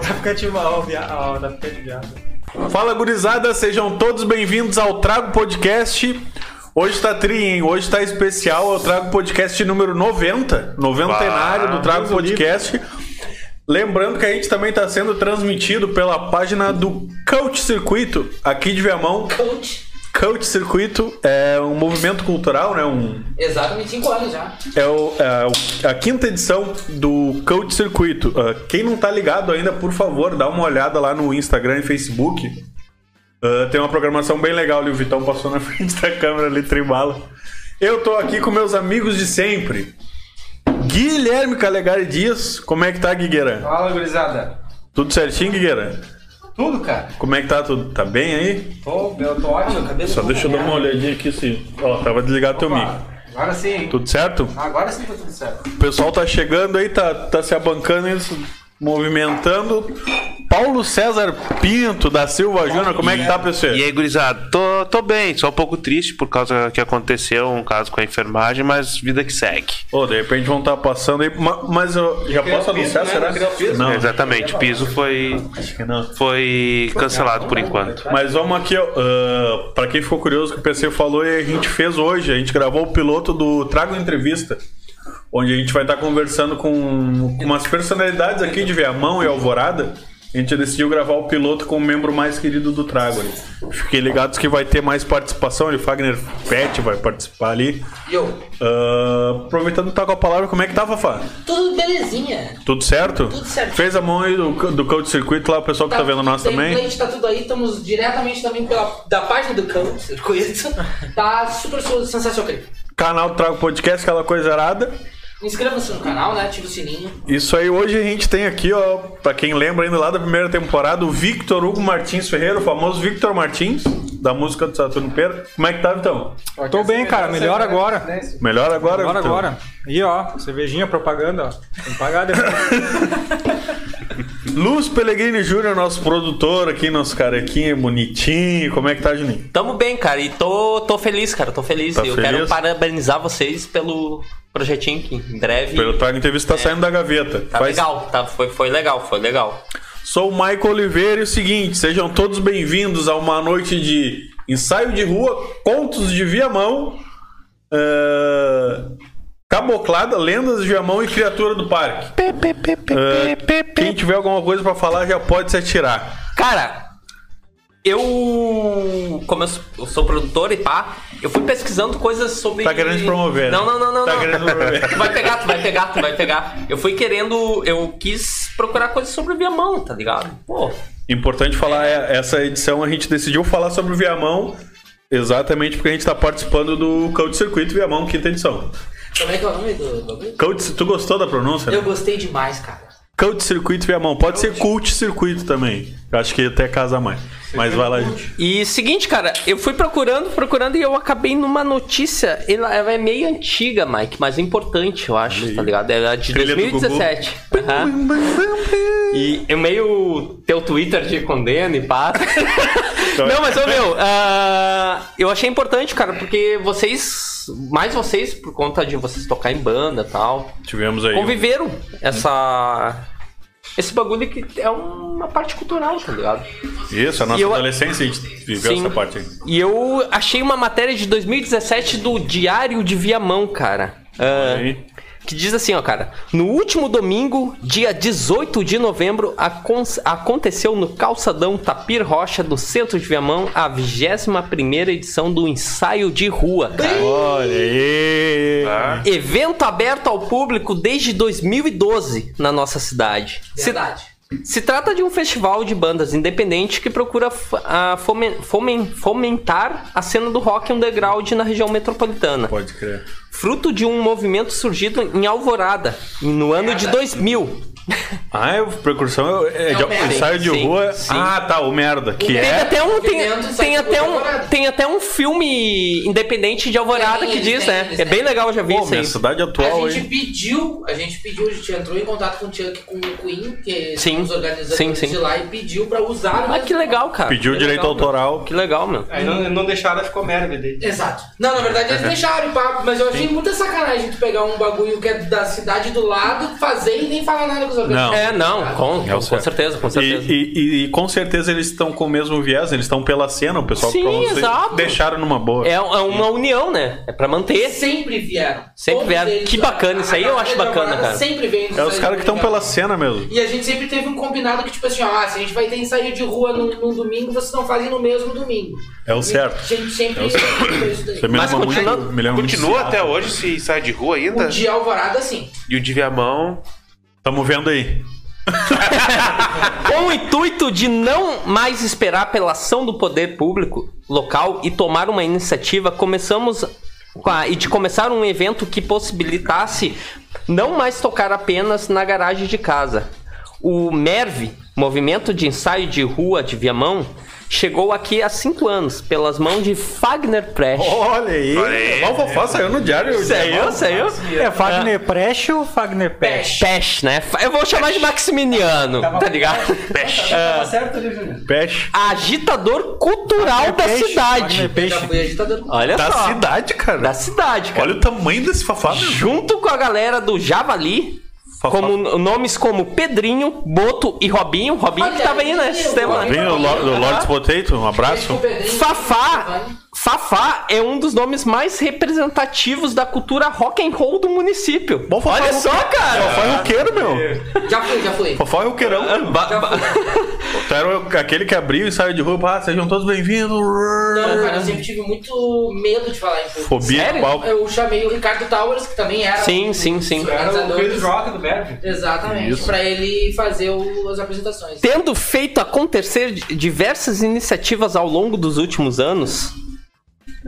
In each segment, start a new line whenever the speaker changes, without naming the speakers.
expectativa ao via- ao- da pica de viado.
Fala gurizada, sejam todos bem-vindos ao Trago Podcast. Hoje tá tri, hein? Hoje tá especial, é o Trago Podcast número 90, noventenário do Trago
Ah, Deus o livre.
Podcast. Lembrando que a gente também tá sendo transmitido pela página do Coach Circuito, aqui de Viamão.
Coach.
Coach Circuito é um movimento cultural, né? Um,
Exatamente 5 anos já.
é, o- é o- a quinta edição do Coach Circuito. Ah, quem não tá ligado ainda, por favor, dá uma olhada lá no Instagram e Facebook. Ah, tem uma programação bem legal ali. O Vitão passou na frente da câmera ali, tribala. Eu tô aqui com meus amigos de sempre. Guilherme Calegari Dias, como é que tá, Guigueira?
Fala, gurizada.
Tudo certinho, Guigueira?
Tudo, cara?
Como é que tá? Tudo tá bem aí?
Tô, eu tô ótimo.
Cabelo
Só
todo
deixa eu dar uma
molhado.
olhadinha aqui se. Ó, tava desligado teu mic.
Opa, Agora sim, hein?
Tudo certo?
Agora sim tá tudo certo.
O pessoal tá chegando aí, tá, tá se abancando e se movimentando. Paulo César Pinto da Silva Júnior, como é que tá, pessoal?
E aí, gurizada? Tô, tô bem, só um pouco triste por causa que aconteceu um caso com a enfermagem, mas vida que segue.
Ô, de repente vão estar passando aí, ma- mas eu já posso anunciar, será? Não,
Exatamente, o piso foi,
acho que não.
foi cancelado por enquanto.
Mas vamos aqui, ó, ah, pra quem ficou curioso, o que o PC falou e a gente fez hoje, a gente gravou o piloto do Trago Entrevista, onde a gente vai estar conversando com, com umas personalidades aqui de Viamão e Alvorada. A gente decidiu gravar o piloto com o membro mais querido do Trago. ali. Fiquem ligados que vai ter mais participação, ele Fagner Pet vai participar ali.
Yo,
Ah, aproveitando que tá com a palavra, como é que tá, Fafá?
tudo belezinha.
Tudo certo?
Tudo certo.
Fez a mão aí do, do coach circuito lá, o pessoal que tá, vendo nós
tem
também.
Template, tá tudo aí, estamos diretamente também pela, da página do campo, circuito. Tá super su- sensacional.
Canal Trago Podcast, aquela coisa arada.
Inscreva-se no canal, né? Ativa o sininho.
Isso aí, hoje a gente tem aqui, ó, pra quem lembra ainda lá da primeira temporada, o Victor Hugo Martins Ferreira, o famoso Victor Martins, da música do Saturno Pera. Como é que tá, Vitão?
Aqui,
bem,
assim,
cara,
essa
melhor
é a
agora.
coincidência.
Melhor agora,
Agora,
Vitão?
agora. E ó, cervejinha, propaganda, ó. Tem que pagar depois.
Luz Pellegrini Júnior, nosso produtor aqui, nosso carequinha bonitinho. Como é que tá, Juninho?
Tamo bem, cara, e tô, tô feliz, cara, tô feliz.
Tá
eu
feliz?
quero parabenizar vocês pelo projetinho que em breve.
Pelo trago entrevista tá saindo da gaveta.
É. Tá
Faz-
legal, tá, foi, foi legal, foi legal.
Sou o Michael Oliveira e é o seguinte, sejam todos bem-vindos a uma noite de ensaio de rua, contos de Viamão, ah, caboclada, lendas de Viamão e criatura do parque. Ah, quem tiver alguma coisa pra falar já pode se atirar.
Cara, eu. Como eu sou, eu sou produtor e pá, eu fui pesquisando coisas sobre.
Tá querendo te promover, né?
Não, não, não, não.
Tá
não.
querendo te promover.
Tu vai pegar, tu vai pegar, tu vai pegar. Eu fui querendo. Eu quis procurar coisas sobre Viamão, tá ligado? Pô.
Importante falar, é, essa edição a gente decidiu falar sobre o Viamão exatamente porque a gente tá participando do Code Circuito Viamão, quinta edição.
Como é que é o nome do bagulho?
Code, tu gostou da pronúncia? né?
Eu gostei demais, cara.
Cult Circuito Viamão. Pode ser Cult Circuito também. Eu acho que até casa mais. Mas vai lá, gente.
E seguinte, cara, eu fui procurando, procurando e eu acabei numa notícia. Ela, ela é meio antiga, Mike, mas é importante, eu acho, tá ligado? Ela é de
Trilha do
2017. Aham. E eu meio teu Twitter te condena e pá. Não, mas ô meu, ah, eu achei importante, cara, porque vocês, mais vocês, por conta de vocês tocar em banda e tal,
Tivemos aí.
conviveram essa. Esse bagulho que é uma parte cultural, tá ligado?
um- Isso, a nossa
E eu-
adolescência a gente viveu
Sim.
essa parte aí.
E eu achei uma matéria de 2017 do Diário de Viamão, cara. Ah,
Aí.
que diz assim, ó, cara. No último domingo, dia 18 de novembro, acon- aconteceu no calçadão Tapir Rocha, do centro de Viamão, a 21 edição do ensaio de rua, cara.
Olha aí.
Tá. Evento aberto ao público desde 2012 na nossa cidade. Se-
Verdade.
se trata de um festival de bandas independente que procura f- a fomen- fomen- fomentar a cena do rock underground na região metropolitana.
Pode crer.
Fruto de um movimento surgido em Alvorada, e no ano de 2000.
Ah, é o precursão. É, é,
o
já-
merda.
ensaio de
Sim,
rua.
sim.
Ah, tá, o merda. Que
Tem
é.
até um, tem,
Evento
tem
saiu
até
do
um,
Alvorada.
tem até um filme independente de Alvorada
Tem,
que diz,
tem,
né?
tem.
É bem legal, eu já vi
Pô,
isso
minha
aí.
cidade
A
atual,
gente
hein?
pediu, a gente pediu, a gente entrou em contato com o Chuck, com o Queen, que
Sim,
são os organizadores
sim, sim.
de lá, e pediu pra usar.
Ah,
mas-
que legal, cara.
Pediu
Que
direito
é legal, né? meu.
autoral.
Que legal, meu.
Aí não, não deixaram, ficou merda daí.
Exato. Não, na verdade
Uhum.
eles deixaram o papo, mas eu achei muita sacanagem tu pegar um bagulho que é da cidade do lado, fazer e nem falar nada com os organismos.
Não.
É, não, com,
É o
com
certo.
certeza, com
E,
certeza.
e- e- e com certeza eles estão com o mesmo viés, eles estão pela cena, o pessoal
Sim,
provavelmente
exato.
deixaram numa boa.
É, é uma união, né? É pra manter.
Sempre vieram.
Sempre
Todos
vieram.
eles,
Que
a-
bacana, isso aí
a
eu acho
galera
bacana, cara.
Sempre vem nos
É os caras que estão pela
ensaios de
cena mesmo.
verão. E a gente sempre teve um combinado que, tipo assim, ó, ah, se a gente vai ter ensaio de rua num, num domingo, vocês não fazem no mesmo domingo.
É o
E
certo.
A gente sempre
É o certo.
fez isso daí.
Você me
Mas
lembra
continua-
muito, me lembra muito
Continua
Seattle.
até hoje esse sai de rua ainda?
O de Um Alvorada, sim.
E o de Viamão.
Tamo vendo aí.
Com o intuito de não mais esperar pela ação do poder público local e tomar uma iniciativa, começamos com a- e de começar um evento que possibilitasse não mais tocar apenas na garagem de casa. O MERV, Movimento de Ensaio de Rua de Viamão, chegou aqui há cinco anos, pelas mãos de Fagner Presch.
Olha aí.
Olha aí.
O Fofá saiu no diário. o
Saiu,
diamante.
saiu?
É Fagner Presch ou
É,
Fagner Pesch?
Pesch, né? Eu vou chamar de Maximiliano, tá ligado?
Peixe.
É.
Tava certo ali, Juliano.
Peixe.
Agitador cultural da
Peixe,
cidade.
Fagner
Já
Peixe.
fui tá agitador.
Olha
Da
só.
cidade, cara.
Da cidade, cara.
Olha o tamanho desse Fafá, meu.
Junto com a galera do Javali,
Fafá.
como nomes como Pedrinho, Boto e Robinho. Robinho
Olha
que tava aí,
aí,
né? Sistema.
Robinho.
Vem o Lord, o Lord's Potato, um abraço.
Fafá,
né?
Fafá é um dos nomes mais representativos da cultura rock and roll do município.
Bom, Fafá,
Olha
vamos-
só, cara.
Fofó é roqueiro, meu.
Já fui, já fui.
Fofó é roqueirão.
Ba- ba-
Tu era o- aquele que abriu e saiu de rua. Ah, sejam todos bem-vindos.
Não, cara, eu sempre tive muito medo de falar em público.
Fobia
Sério?
qual?
Eu chamei o Ricardo Towers, que também era.
Sim,
um-
sim, sim.
Era o Chris Rock do Merv.
Exatamente, pra ele fazer o- as apresentações.
Tendo feito acontecer di- diversas iniciativas ao longo dos últimos anos,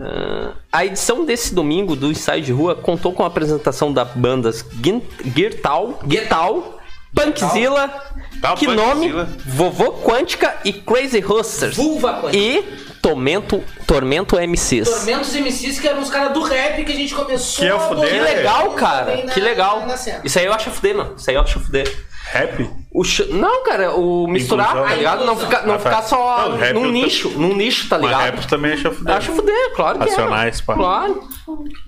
ah, a edição desse domingo do ensaio de rua contou com a apresentação da bandas Gin- Girtal, Guetal, Punkzilla,
Tal
Que Nome,
Punkzilla.
Vovô Quântica e Crazy Hustlers.
Vulva Quântica.
E Tormento, Tormento MCs.
Tormentos MCs, que eram os caras do rap que a gente começou
Que é
a
fuder.
bolar
Que legal, cara.
também na-
que legal.
na cena.
Isso aí eu acho a fuder, mano. Isso aí eu acho a fuder.
Rap?
O ch- Não, cara, o misturar,
Inclusão.
tá ligado? Não ficar não
Ah, tá.
ficar só
Não, rap
num
eu tô-
nicho, num nicho, tá
Mas
ligado?
rap também acha
Eu
fudeu.
acho fuder, claro que
Racionais,
é.
pá.
mano. Claro.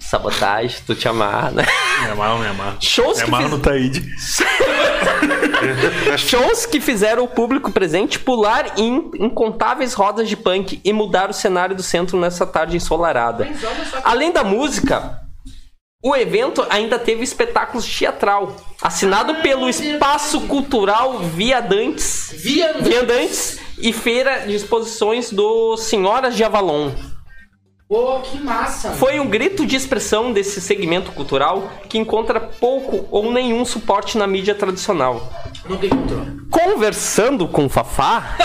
Sabotagem, tu te amar, né?
Me amarro, me amarro.
Shows
Me
que
amarro
fiz-
É no Taíde.
é
Shows que fizeram o público presente pular em incontáveis rodas de punk e mudar o cenário do centro nessa tarde ensolarada.
é,
Além da música, o evento ainda teve espetáculos teatral, assinado pelo Espaço Cultural Viadantes.
Via
Viandantes e feira de exposições do Senhoras de Avalon.
Pô, que massa. mano.
Foi um grito de expressão desse segmento cultural que encontra pouco ou nenhum suporte na mídia tradicional.
Nunca encontrou.
Conversando com o Fafá.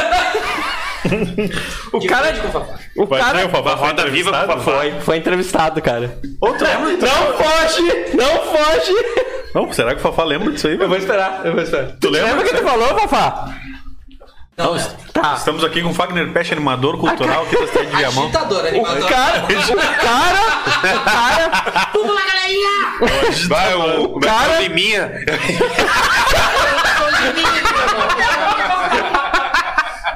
o cara.
Diferente com o Fafá.
O
Vai ter
cara. tá
o Fafá
Uma
foi
roda viva com o
entrevistado?
Fafá.
Foi entrevistado, cara.
Outro lembra?
Não foge! Não foge!
Não, será que o Fafá lembra disso aí?
Eu vou esperar, eu vou esperar.
Tu lembra?
Lembra o que tu falou, Fafá?
Não, é.
Tá.
Estamos aqui com Fagner Peste, animador cultural aqui da cidade de Viamão.
Agitador,
O
animador.
cara. O cara. O cara.
Vamos lá, galerinha!
Vai, o, o
Cara-
cara... Liminha.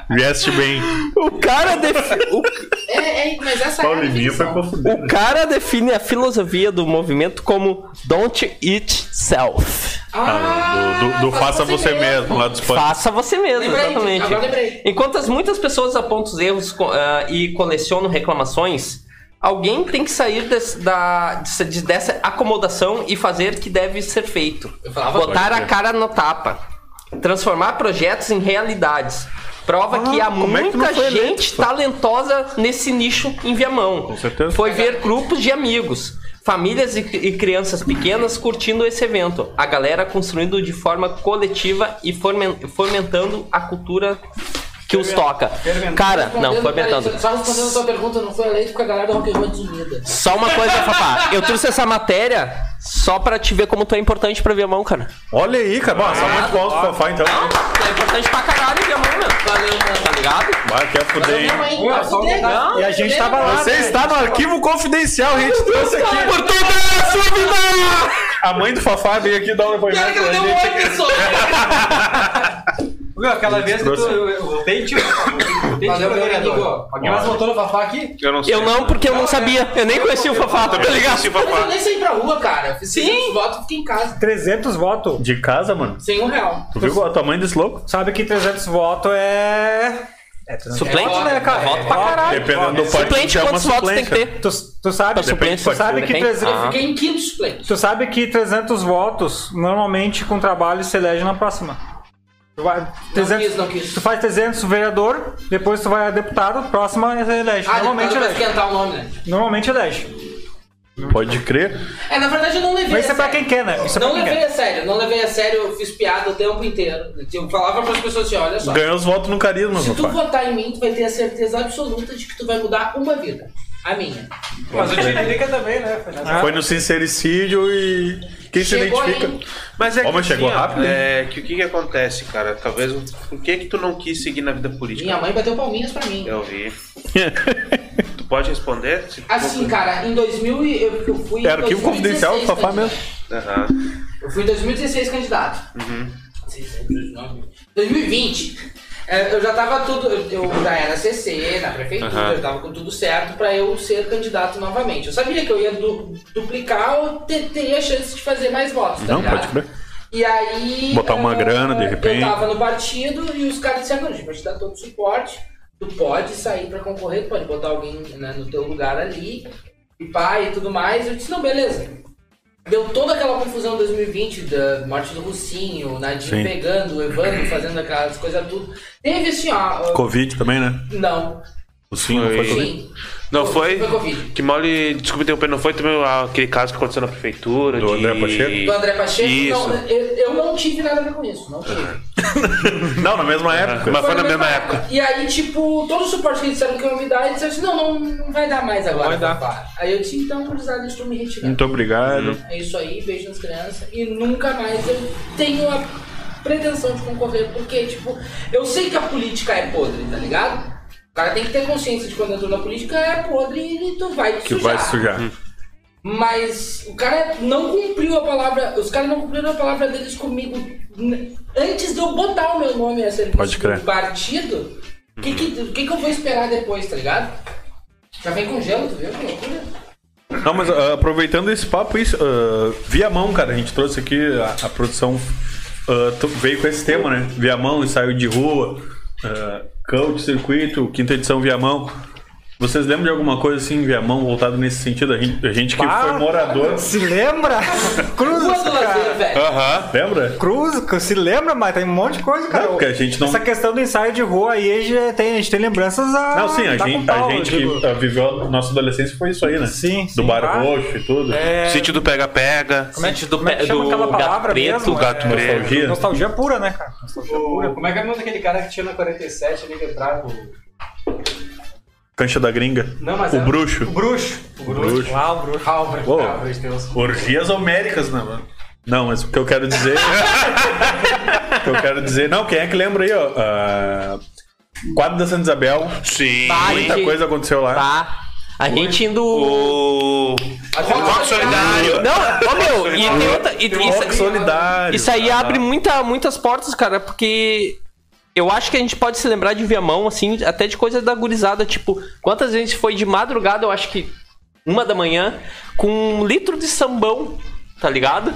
Vieste bem.
O cara, defi- o-
É, é, mas essa é a
Paulininha foi
definição.
pra fuder.
o cara define a filosofia do movimento como Don't It Self.
Ah,
Do, do- do faça você mesmo, lá do Espanha.
Faça você mesmo,
Lembrei,
exatamente.
agora lembrei.
Enquanto as muitas pessoas apontam os erros co- ah, e colecionam reclamações, alguém tem que sair des- da, des- de- dessa acomodação e fazer o que deve ser feito.
Eu falava- né?
Botar
Pode
a
crer.
cara no tapa. Transformar projetos em realidades. Prova que há
como é que tu
muita
não foi
gente
eleito,
talentosa nesse nicho em Viamão.
Com certeza.
Foi ver grupos de amigos, famílias e, e crianças pequenas curtindo esse evento. A galera construindo de forma coletiva e formen- fomentando a cultura que os toca. Cara, não, fomentando.
Peraí, Só respondendo a sua pergunta, não foi eleito com a galera do Rock and Roll desunida.
Só uma coisa, Fafá. Eu trouxe essa matéria só pra te ver como tu é importante pra Viamão, cara.
Olha aí, cara. Bom, só muito bom do Fafá, então.
Tu é importante pra caralho, Viamão, meu.
Valeu, mano.
Tá ligado?
Vai, que é fuder, hein?
Ué, só um
Não.
né? E a gente tava lá.
Você
né?
está no arquivo confidencial, a gente trouxe aqui.
Por toda a sua vida!
A mãe do Fafá veio aqui dar um
Pior
né?
depoimento pra
que ela deu um
gente.
oi, pessoal.
Meu, aquela vez que tu,
trouxe.
eu, eu voltei de voltei de
Valeu, meu amigo.
vereador. Alguém mais votou no Fafá aqui?
Eu não sei.
Eu não, porque eu não sabia. Eu nem conhecia o Fafá, tá ligado?
Esse
Mas eu
papá.
nem saí pra rua, cara. Fiz Sim. votos fiquei em casa.
300 votos.
De casa, mano?
Sem um real.
Tu viu a tamanho desse louco?
Sabe que 300 votos é... É, tu não-
Suplente?
É voto, né, cara?
Voto pra caralho.
Dependendo do partido.
Suplente,
já é uma
quantos votos tem que
suplência.
ter?
Tu, tu sabe,
Pra suplente,
tu sabe que
depende.
300...
Ah.
Fiquei em quinto suplente.
Tu sabe que 300 votos, normalmente com trabalho, se elege na próxima. Tu vai-
quis, não quis.
Tu faz 300 vereador, depois tu vai a deputado, próxima é se elege.
Ah,
normalmente é
normalmente vai
elege.
esquentar o nome, né?
Normalmente elege.
Pode crer.
É, na verdade eu não levei.
Mas isso
a
é pra
sério.
quem quer, né? Isso é pra
Não
quem
levei
quer.
a sério, não levei a sério, eu fiz piada o tempo inteiro. Eu falava pras pessoas assim, olha só.
Ganhou os votos no carisma,
Se tu
papai.
votar em mim, tu vai ter a certeza absoluta de que tu vai mudar uma vida. A minha.
Mas o Tiririca também, né? Foi
Ah.
nessa-
Foi no sincericídio e. Quem
Chegou
se identifica?
aí.
Mas é
Ó, mas chegou
ó,
rápido, hein?
É que o que que acontece, cara? Talvez o- por que que tu não quis seguir na vida política?
Minha mãe bateu palminhas pra mim.
Eu vi. tu pode responder? Se tu
Assim,
for-
cara, em 2000 e- eu, eu fui. em
Era arquivo
2016
confidencial, o Fafá
candidato.
Aham.
Eu fui em 2016 candidato.
Uhum.
Seis, sete, oito, nove. 2020. É, Eu já tava tudo. Eu eu já era CC na prefeitura,
Aham.
eu tava com tudo certo pra eu ser candidato novamente. Eu sabia que eu ia du- duplicar ou te- teria chance de fazer mais votos, tá
Não,
ligado?
pode crer.
E aí.
Botar uma
eh,
grana, de repente.
Eu tava no partido e os caras disseram: não, a gente vai te dar todo o suporte. Tu pode sair pra concorrer, tu pode botar alguém né, no teu lugar ali, e pai e tudo mais. Eu disse: não, beleza. Deu toda aquela confusão em 2020, da morte do Russinho, o Nadir
Sim.
pegando, o Evandro fazendo aquelas coisas tudo. Teve assim, ó. ó,
Covid também, né?
Não,
O sim, não foi
Foi.
Covid.
sim.
Não foi?
Foi Covid.
Que mole, desculpa interromper, não foi também aquele caso que aconteceu na prefeitura?
Do
de...
André Pacheco?
Do André Pacheco,
Isso.
não, eu, eu não tive nada a ver com isso, não tive.
Não, na mesma época.
Mas foi na mesma época.
E aí, tipo, todo o suporte que eles disseram que iam me dar, eles disseram assim, não, não, não vai dar mais agora.
Vai dar.
papá. Aí eu disse, então, cruzado, deixa eu me retirar.
Muito obrigado.
Hum. Então.
É isso aí, beijo nas crianças. E nunca mais eu tenho a pretensão de concorrer, porque, tipo, eu sei que a política é podre, tá ligado? O cara tem que ter consciência de quando entrou na política é podre e tu vai te
Que vai sujar.
Hum.
mas o cara não cumpriu a palavra. Os caras não cumpriram a palavra deles comigo. n- Antes de eu botar o meu nome a serviço
Pode crer. Uhum.
do partido, o que, que, que, que eu vou esperar depois, tá ligado? Já vem com gelo, tu viu? Que loucura.
Não, mas ah, aproveitando esse papo, isso, ah, Viamão, cara, a gente trouxe aqui, a, a produção ah, tu- veio com esse tema, né? Viamão, ensaio de rua, ah, cão de circuito, quinta edição Viamão. Vocês lembram de alguma coisa assim, em Viamão, voltado nesse sentido? A gente, a gente que
Ah.
foi morador.
Se lembra?
Rua
Cruza,
do lazer,
cara.
velho.
Aham.
Lembra?
Cruza, se lembra, mas tem um monte de coisa, cara.
Não, porque a gente não-
Essa questão do ensaio de rua aí, já tem- a gente tem lembranças a...
Não, sim, a
dar Tá, com
gente,
pau,
a gente
digo.
que ah, viveu a nossa adolescência foi isso aí, né?
Sim,
Do
sim.
Bar
Ah.
Roxo e tudo.
É,
Sítio do pega-pega.
Como é,
Sítio do
como é que
pe-
chama
do
aquela
gato
palavra
preto,
mesmo?
gato
É,
preto.
Nostalgia. nostalgia pura, né, cara? Nostalgia
O-
pura.
Como é que é o nome daquele cara que tinha na 47 ali quebrado?
Cancha da Gringa.
Não, mas
é
o
era-
bruxo.
O
um
bruxo. O bruxo.
bruxo.
Lá, o Bruxo.
Álvaro.
Pô.
Álvaro, Deus.
Orgias homéricas, né, mano? Não, mas o que eu quero dizer. o que eu quero dizer. Não, quem é que lembra aí, ó? Ah, quadro da Santa Isabel.
Sim.
Vai.
Muita
gente.
coisa aconteceu lá.
Tá. A gente indo.
O. Rock Solidário.
Não, ó meu, e tem outra. e-
Rock
isso,
solidário.
isso aí abre muita, muitas portas, cara, porque. Eu acho que a gente pode se lembrar de Viamão, assim, até de coisa da gurizada, tipo, quantas vezes foi de madrugada, eu acho que uma da manhã, com um litro de sambão, tá ligado?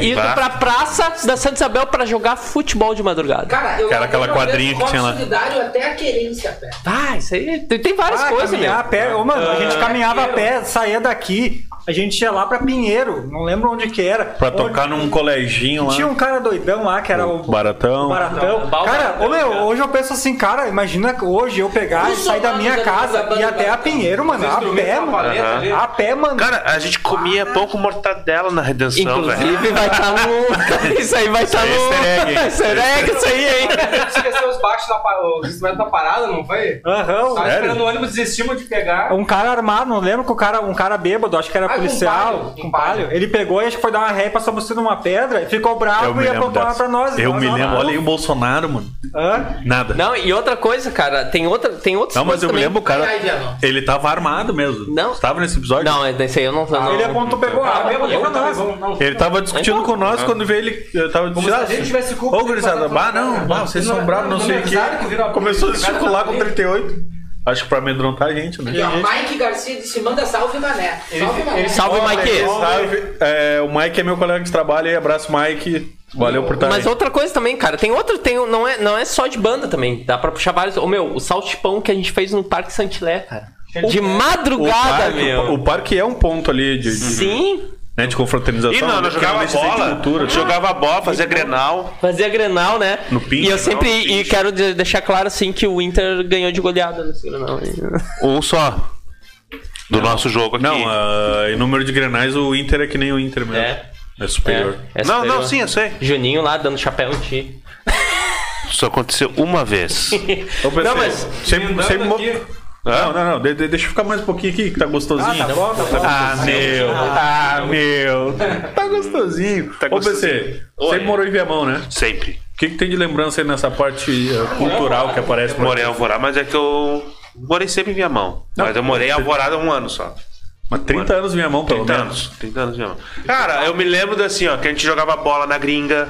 E indo
Bah.
pra praça da Santa Isabel pra jogar futebol de madrugada.
Cara, eu
Cara, aquela
eu- eu- eu-
quadrinha que tinha lá.
solidário até a querência, velho.
Ah, isso aí. Tem tem várias
Ah,
coisas, meu.
caminhar a pé. Ô, mano, a gente caminhava a pé, saía daqui, a gente ia lá pra Pinheiro, não lembro onde que era.
Pra
Onde-
tocar num coleginho lá. Um
Tinha um cara doidão lá que era o
Baratão.
Baratão.
Não,
cara,
Baratão,
ô meu,
cara.
hoje eu penso assim, cara, imagina hoje eu pegar e
Os
sair da
soldados
minha
da- da
casa
banda
e até a
Baratão.
Pinheiro, mano, a pé,
Instrumento, uma
mano.
paleta né? ali.
A pé, mano.
Cara, a gente comia pão com mortadela na redenção, velho.
Inclusive vai estar no. Isso aí vai estar
aí é
no.
easter egg, hein?
Easter egg, isso aí, hein?
Esqueceu os baixos da pa- os instrumentos da parada, não foi?
Aham.
Tava
Sério?
esperando o ônibus desestima de pegar.
Um cara armado, não lembro que o cara, um cara bêbado, acho que era
Ah, com
policial,
palho,
com
com
palho.
palho.
Ele pegou e acho que foi dar uma ré, passou por cima de uma pedra, ficou bravo e apontou lá pra nós.
Eu
Nós
me
lá,
lembro.
lá.
Olha aí o Bolsonaro, mano.
Hã?
Nada.
Não, e outra coisa, cara, tem, outra, tem outros.
Não, mas eu me
também.
lembro o cara.
Ai, Dianão.
Ele tava armado mesmo.
Não.
Você tava nesse episódio?
Não, é desse aí eu não.
Ah,
não
Ele apontou, pegou a arma.
Eu
pra nós.
não, não.
Ele tava discutindo
Então,
com nós quando veio ele. eh, Tava
Como se a
dizendo,
gente tivesse culpa
Ô,
de
gurizada,
fazer
bah,
tudo,
não,
cara.
bah, vocês
Não,
são bravos, não,
não
sei
me
o quê.
avisaram que virou a
Começou a
polícia,
circular com
cara,
38. Acho que pra amedrontar a gente, né?
Aqui, ó, Mike Garcia disse: manda salve, Mané. Salve, Mané.
Salve, Mike.
Salve. É, o Mike é meu colega de trabalho aí. Abraço, Mike. Valeu por estar
Mas
aí.
outra coisa também, cara, tem outro, tem, não, é, não é só de banda também. Dá pra puxar vários. Ô meu, o saltipão que a gente fez no Parque Santilé, cara. De
é O
madrugada,
parque,
meu.
o parque é um ponto ali de, de,
Sim,
né, de confraternização.
E não,
né,
nós jogava
que é um ambiente de
bola,
cultura, assim.
jogava bola, fazia grenal.
fazia Grenal, né?
No pinch,
e eu
não,
sempre
no
e
pinch.
quero de- deixar claro assim que o Inter ganhou de goleada nesse Grenal. né?
Um só. Do nosso jogo aqui.
Não, ah, em número de grenais, o Inter é que nem o Inter mesmo.
É.
É, superior.
É, é
não, não,
superior.
sim, eu sei.
Juninho lá dando chapéu em ti.
Isso aconteceu uma vez.
Ô, PC,
Não, mas-
Sempre, sempre mo-
aqui.
Não, não, não. de- de- deixa eu ficar mais um pouquinho aqui, que tá gostosinho.
bom, tá bom.
Ah, meu. Ah, meu. Tá gostosinho. Ô, PC,
gostosinho.
sempre
Oi.
morou em Viamão, né?
Sempre.
O que, que tem de lembrança aí nessa parte eh, cultural que aparece pra
Morei em Alvorada, mas é que eu morei sempre em Viamão. Mas eu morei em Alvorada um ano só.
Mas 30 anos em Viamão, pelo
30
menos.
anos, 30 anos Viamão. Cara, eu me lembro da, assim, ó, que a gente jogava bola na gringa,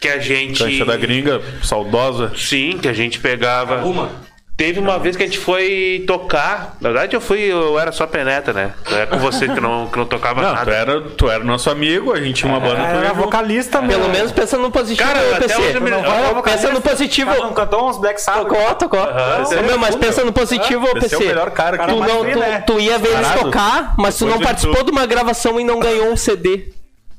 que a gente...
Cancha é da gringa, saudosa.
Sim, que a gente pegava.
Uma.
Teve uma vez que a gente foi tocar. Na verdade, eu fui, eu era só peneta, né? Não é com você que não, que não tocava
Não, é. tu
nada.
era, tu era nosso amigo, a gente tinha uma banda
Era
também.
vocalista mesmo.
Pelo menos pensando no positivo,
Cara,
eu
até
PC.
hoje eu me-
Não,
eu-
vai,
eu-
pensa no positivo.
Cada um cantou uns Black Sabbath.
Tocou, tocou.
esse
Ô,
é
meu,
o
mas
fundo.
pensando no positivo,
Esse
PC.
é o melhor cara que
Tu,
mais
não,
tri, né?
tu, tu ia ver eles
Parado.
tocar, mas tu
Depois
não
de
participou
tudo.
de uma gravação e não ganhou um CD.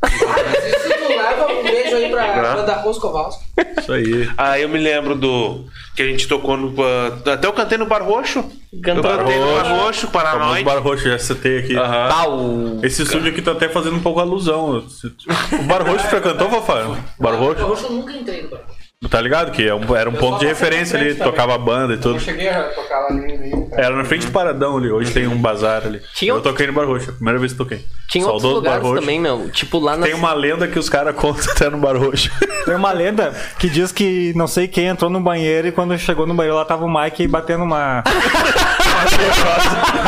Se tu leva um beijo aí pra
Aham.
Banda Roscovalski.
Isso aí.
Ah, eu me lembro do. Que a gente tocou no. ah, Até eu cantei no Bar Roxo. Eu
Cantou.
cantei no Bar Roxo,
Tá
Famoso
Paranoide.
Bar Roxo, já citei aqui.
Ah, o-
Esse estúdio aqui tá até fazendo um pouco alusão. O Bar Roxo frequentou, Fafá? O Bar Roxo?
Roxo eu nunca entrei no Barroxo.
Tá ligado? Que é um- era um ponto de referência ali, tocava banda e tudo.
Eu cheguei a tocar lá ali. ali, cara.
Era na frente do Paradão ali, hoje tem um bazar ali.
Tinha
eu
outro-
toquei no Bar Roxo, a primeira vez que toquei.
Tinha outros
Saudoso Bar
lugares
Roxo.
também, meu. Tipo lá na.
Tem um- uma lenda que os caras contam até no Bar Roxo.
Tem uma lenda que diz que não sei quem entrou no banheiro e quando chegou no banheiro lá tava o Mike batendo uma.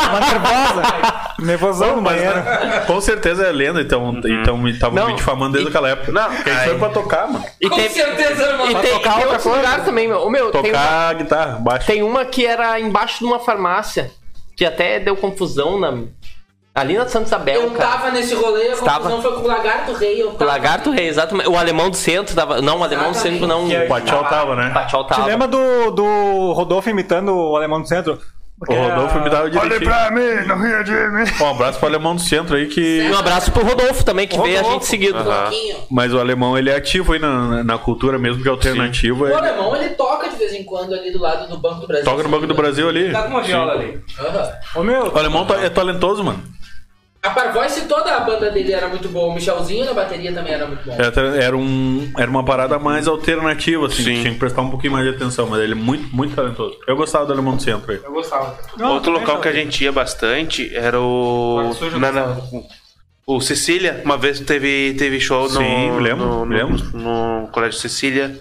uma nervosa. Nervosão no
Mas,
banheiro.
né, com certeza é lenda, então então me estavam
Não,
me difamando desde aquela época. Não, a gente
ai.
foi pra tocar, mano.
E tem,
certeza,
e
irmão.
tem, e tem outros lugares também, meu. Ô, meu, tem uma,
Tocar guitarra, baixo.
tem uma que era embaixo de uma farmácia, que até deu confusão na. Ali na Santa Isabel,
Eu
cara.
tava nesse rolê, a
Tava.
confusão foi com o Lagarto Rei. Eu
O
tava...
Lagarto Rei, exatamente. O alemão do centro tava. Não, o alemão do centro não.
O Patiol tava, né?
O Patiol
Te
tava.
lembra do, do Rodolfo imitando o alemão do centro?
O Rodolfo me dava direitinho.
mim, não ria de mim.
Um abraço pro Alemão do Centro aí que...
E um abraço pro Rodolfo também, que veio a gente seguido.
um Louquinho.
Mas o Alemão, ele é ativo aí na, na- na cultura mesmo, que é alternativa.
O
é-
alemão ele toca de vez em quando ali do lado do Banco do Brasil. assim, né?
Toca no Banco do Brasil ali.
Tá com uma viola ali.
Aham.
Ô meu,
O Alemão tá- é talentoso, mano.
A Parvoice toda a banda dele era muito boa. O Michelzinho na bateria também era muito bom.
Era, É era um, era uma parada mais alternativa, assim.
Sim.
Tinha que prestar um pouquinho mais de atenção, mas ele é muito, muito talentoso. Eu gostava do Alemão do Centro aí.
Eu gostava.
Outro local que a gente ia bastante era o.
Quarto Sujo,
na-
né?
na- o- o Cecília, uma vez teve, teve show no.
Sim, me lembro,
no,
me
no-
lembro.
no Colégio Cecília.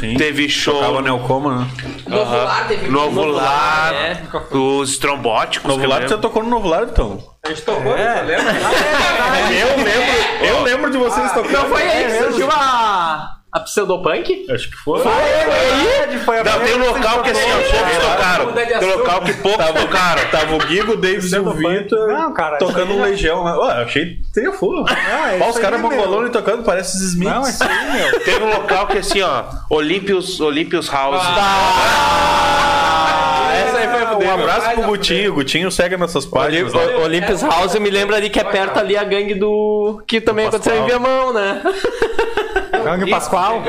Sim.
Teve show.
Tocava Neocoma, né?
Novo Lar teve
Novo Lar,
é.
os trombóticos. que
Novo
eu
Lar,
lembro.
você tocou no Novo Lar, então.
A gente tocou, é. lembra?
Eu lembro, eu lembro de vocês tocando.
Não
É,
foi aí que surgiu a. A pseudopunk?
Acho que foi.
foi, foi a
Não, tem um
primeira
local que assim, ó,
vocês
poucos
tocaram.
tocaram.
mudar de
Tem um local que poucos tocaram.
Tava o Guigo, o Davis e o Vitor
Não, cara,
tocando um Legião lá. Ué, achei teria full.
é
Olha os
isso aí,
caras
meu.
mongolone tocando, parece os Smiths.
Não, isso aí, meu.
Teve um local que assim, ó, Olympius, Olympius House.
Ah, essa aí foi a fuder,
um
meu.
abraço pro
Gutinho. O Gutinho segue nessas páginas. né?
O Olympus House, eu me lembro ali que é perto ali a gangue do. Que também
Do
aconteceu em
Pascoal.
Viamão, né?
Gangue Pascoal.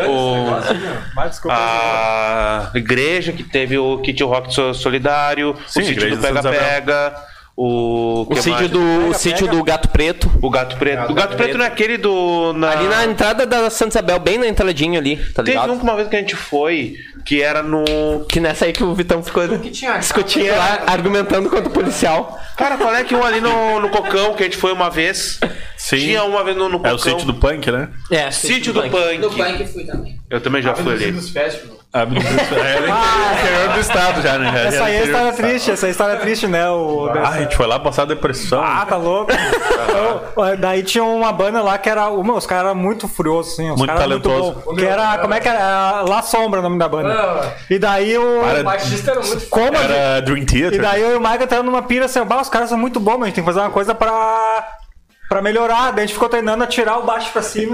Mas desculpa.
A igreja que teve o Kit Rock so- Solidário,
Sim,
o sítio
igreja
do
de Santa
Pega Pega, o.
O
que
sítio
mais?
do, o sítio do Gato Preto.
O Gato Preto. O Gato Preto não é aquele do. na-
Ali na entrada da Santa Isabel, bem na entradinha ali, tá
Teve
ligado?
um que uma vez que a gente foi, que era no.
Que nessa aí que o Vitão ficou
tinha?
discutindo lá, argumentando contra o policial.
Cara, qual é que um ali no, no Cocão, que a gente foi uma vez?
Sim.
Tinha uma vez no, no
É
Cocão.
o sítio do punk, né?
É,
Sítio do Punk.
No Punk fui também.
Eu também já fui ali.
dos festivals.
Ah, Era É interior do estado já, né? Já
Essa aí é a
era
história
interior do estado.
triste, essa é a história triste, né? O...
Ah, a gente foi lá passar depressão.
Ah, tá louco. Então, Daí tinha uma banda lá que era. Uma, os caras eram muito furiosos, assim. Os
Muito
caras muito
talentoso. Ah.
bons. que era. Como é que era? La Sombra o nome da banda. E daí o.
Para-
O baixista era muito
é
Como a gente-
Era Dream
E
Theater.
daí eu e o Maica tava numa pira assim, "Bah, os caras são muito bons, mas a gente tem que fazer uma coisa pra. Pra melhorar, daí a gente ficou treinando a tirar o baixo pra cima.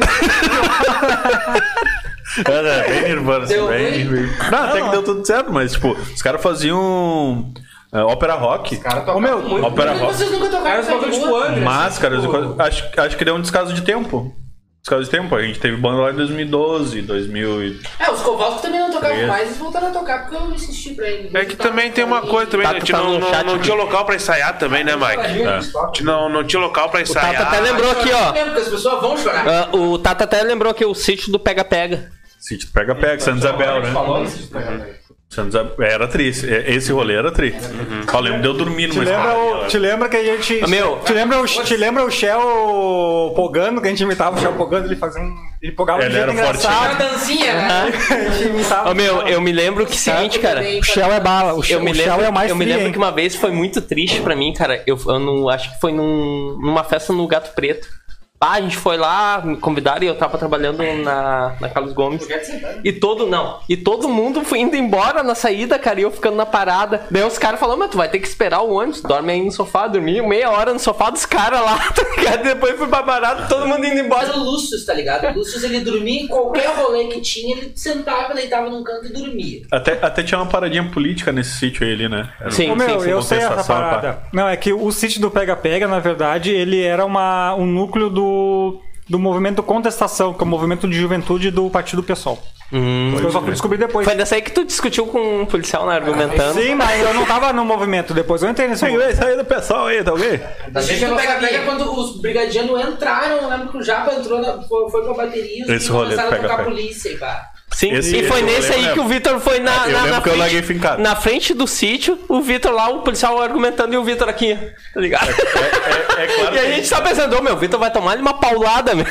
Era bem Nirvana, assim,
Deu
bem.
ruim?
Não, até que deu tudo certo, mas, tipo, os caras faziam é, ópera rock,
Cara, tocava
Ô, meu,
muito.
ópera
Por que
rock,
vocês nunca tocaram
Caras
essa
tocam tipo
rua?
André.
máscaras e
tipo,
coisas. Acho, acho que deu um descaso de tempo. Descaso de tempo. A gente teve banda lá em 2012, 2000 e...
É, os Kowalski também não tocavam
Beleza.
mais, eles voltaram a tocar porque eu insisti pra eles.
É que também tem uma coisa também,
Tá,
né?
tu
A gente
tá
não,
no
não-
chat
não
aqui.
tinha local pra ensaiar também, né, Mike?
É.
Caralho, eles
A
tocam.
gente não, não tinha local pra ensaiar.
Tata até lembrou aqui,
Eu
ó.
lembro que as pessoas vão chorar.
Ah, o Tata até lembrou aqui o sítio do Pega-Pega.
Sítio do Pega-Pega, Santa Isabel, né?
Falou nesse tipo, né?
Santa Isabel- Era triste. Esse rolê era triste.
Uhum.
Ó, lembro de eu dormir
Te
numa
lembra, o,
escola.
te lembra que a gente.
Ah, né? meu.
te lembra o, te lembra o Shell Pogando, que a gente imitava o Shell Pogando, ele fazia um. Ele pogava
Ele
de um jeito
era
Uma
engraçado.
dancinha, né?
A gente imitava.
Ô, meu, eu me lembro que seguinte, cara.
O Shell é bala, o Shell,
Eu me
o Shell
lembro,
é o mais
eu me
free,
lembro
hein?
que uma vez foi muito triste pra mim, cara. Eu, eu não, acho que foi num- numa festa no Gato Preto. Ah, a gente foi lá, me convidaram e eu tava trabalhando na, na Carlos Gomes. E todo, não. E todo mundo foi indo embora na saída, cara, e eu ficando na parada. Daí os caras falaram, mas tu vai ter que esperar o ônibus, dorme aí no sofá, dormi meia hora no sofá dos caras lá, tá ligado? Depois fui pra parada, todo mundo indo embora.
Mas o Lúcio, tá ligado? O Lúcio, ele dormia em qualquer rolê que tinha, ele sentava, deitava num canto e dormia.
Até, até tinha uma paradinha política nesse sítio aí ali, né? Era
Sim.
Ô, meu, eu sei essa
compensação,
parada.
pá.
Não, é que o sítio do Pega Pega, na verdade, ele era uma, um núcleo do, do movimento Contestação, que é o movimento de juventude do Partido Pessoal.
Hum.
eu só fui descobrir depois.
Foi dessa aí que tu discutiu com um policial, né, argumentando.
Ah,
Sim, mas eu não tava no movimento depois, eu entrei nesse
Tem
movimento.
inglês aí do pessoal aí, tá alguém?
A
gente
gente
não
pega
sabia.
pega quando os brigadianos entraram, eu lembro que o Japa entrou, na, foi, foi pra bateria e os
Esse
meninos
rolê do
começaram a tocar
pega-pega.
polícia, e pá.
Sim,
Esse-
e
esse
foi
eu
nesse aí
lembro. é.
que o Vitor foi na,
Eu
na,
lembro
na
que eu larguei
frente,
fincado.
na frente do sítio, o Vitor lá, o policial argumentando e o Vitor aqui, tá ligado?
É, é- é claro
e a
que-
gente só pensando, ô meu, o Vitor vai tomar uma paulada, meu.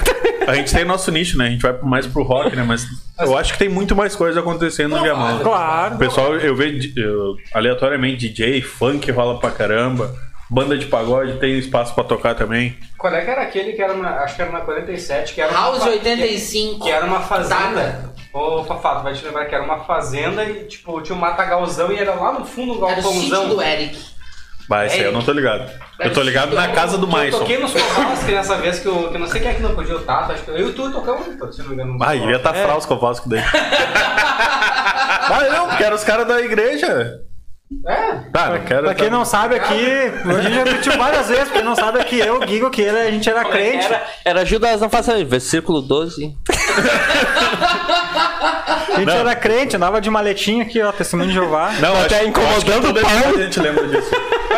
A gente tem nosso nicho, né? A gente vai mais pro rock, né? Mas eu acho que tem muito mais coisa acontecendo no Viamão. né? O
Claro.
pessoal, eu vejo eu- aleatoriamente DJ, funk rola pra caramba. Banda de pagode tem espaço pra tocar também.
Qual é que era aquele que era na, acho que era na 47, que era uma
House
fa-
85.
que era uma
Tata.
fazenda. Ô, Fafato, vai te lembrar que era uma fazenda e, tipo, tinha um matagalzão e era lá no fundo um
Era o sítio do
galpãozão.
Eric.
Vai, esse aí eu
Eric.
não tô ligado. Eu tô ligado na casa do
Eu
Maison.
toquei nos Covasque nessa vez que eu, que eu não sei quem é que não podia, o Tato, acho que eu e tu tocamos, se não me engano.
Ah, ia tá é. frausco Vasco daí. ah, não, porque eram os caras da igreja.
É,
Cara, quero. tá
Pra quem não sabe aqui, a gente já repetiu várias vezes, pra quem não sabe aqui, eu, Gigo, é que ele, a gente era crente.
Era, era Judas não faça isso, versículo 12.
A gente
Não.
era crente, andava de maletinha aqui, ó, testemunho de Jeová.
Não,
Tá
acho-
até incomodando
acho que
o
toda
Paulo.
A gente lembra disso.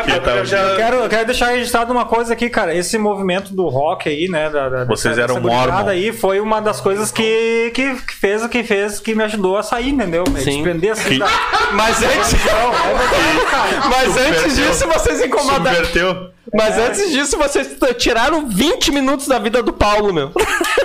Que tá, tava-
Eu quero, eu quero deixar registrado uma coisa aqui, cara. Esse movimento do rock aí, né? Da, da,
Vocês
dessa-
eram um
dessa gurizada
mormon.
aí foi uma das coisas que, que, que fez, que fez, que me ajudou a sair, entendeu? Me
Sim.
desprender assim
Que-
da...
Mas antes, mas antes disso vocês incomodaram.
Subverteu.
Mas antes disso vocês t- tiraram 20 minutos da vida do Paulo, meu.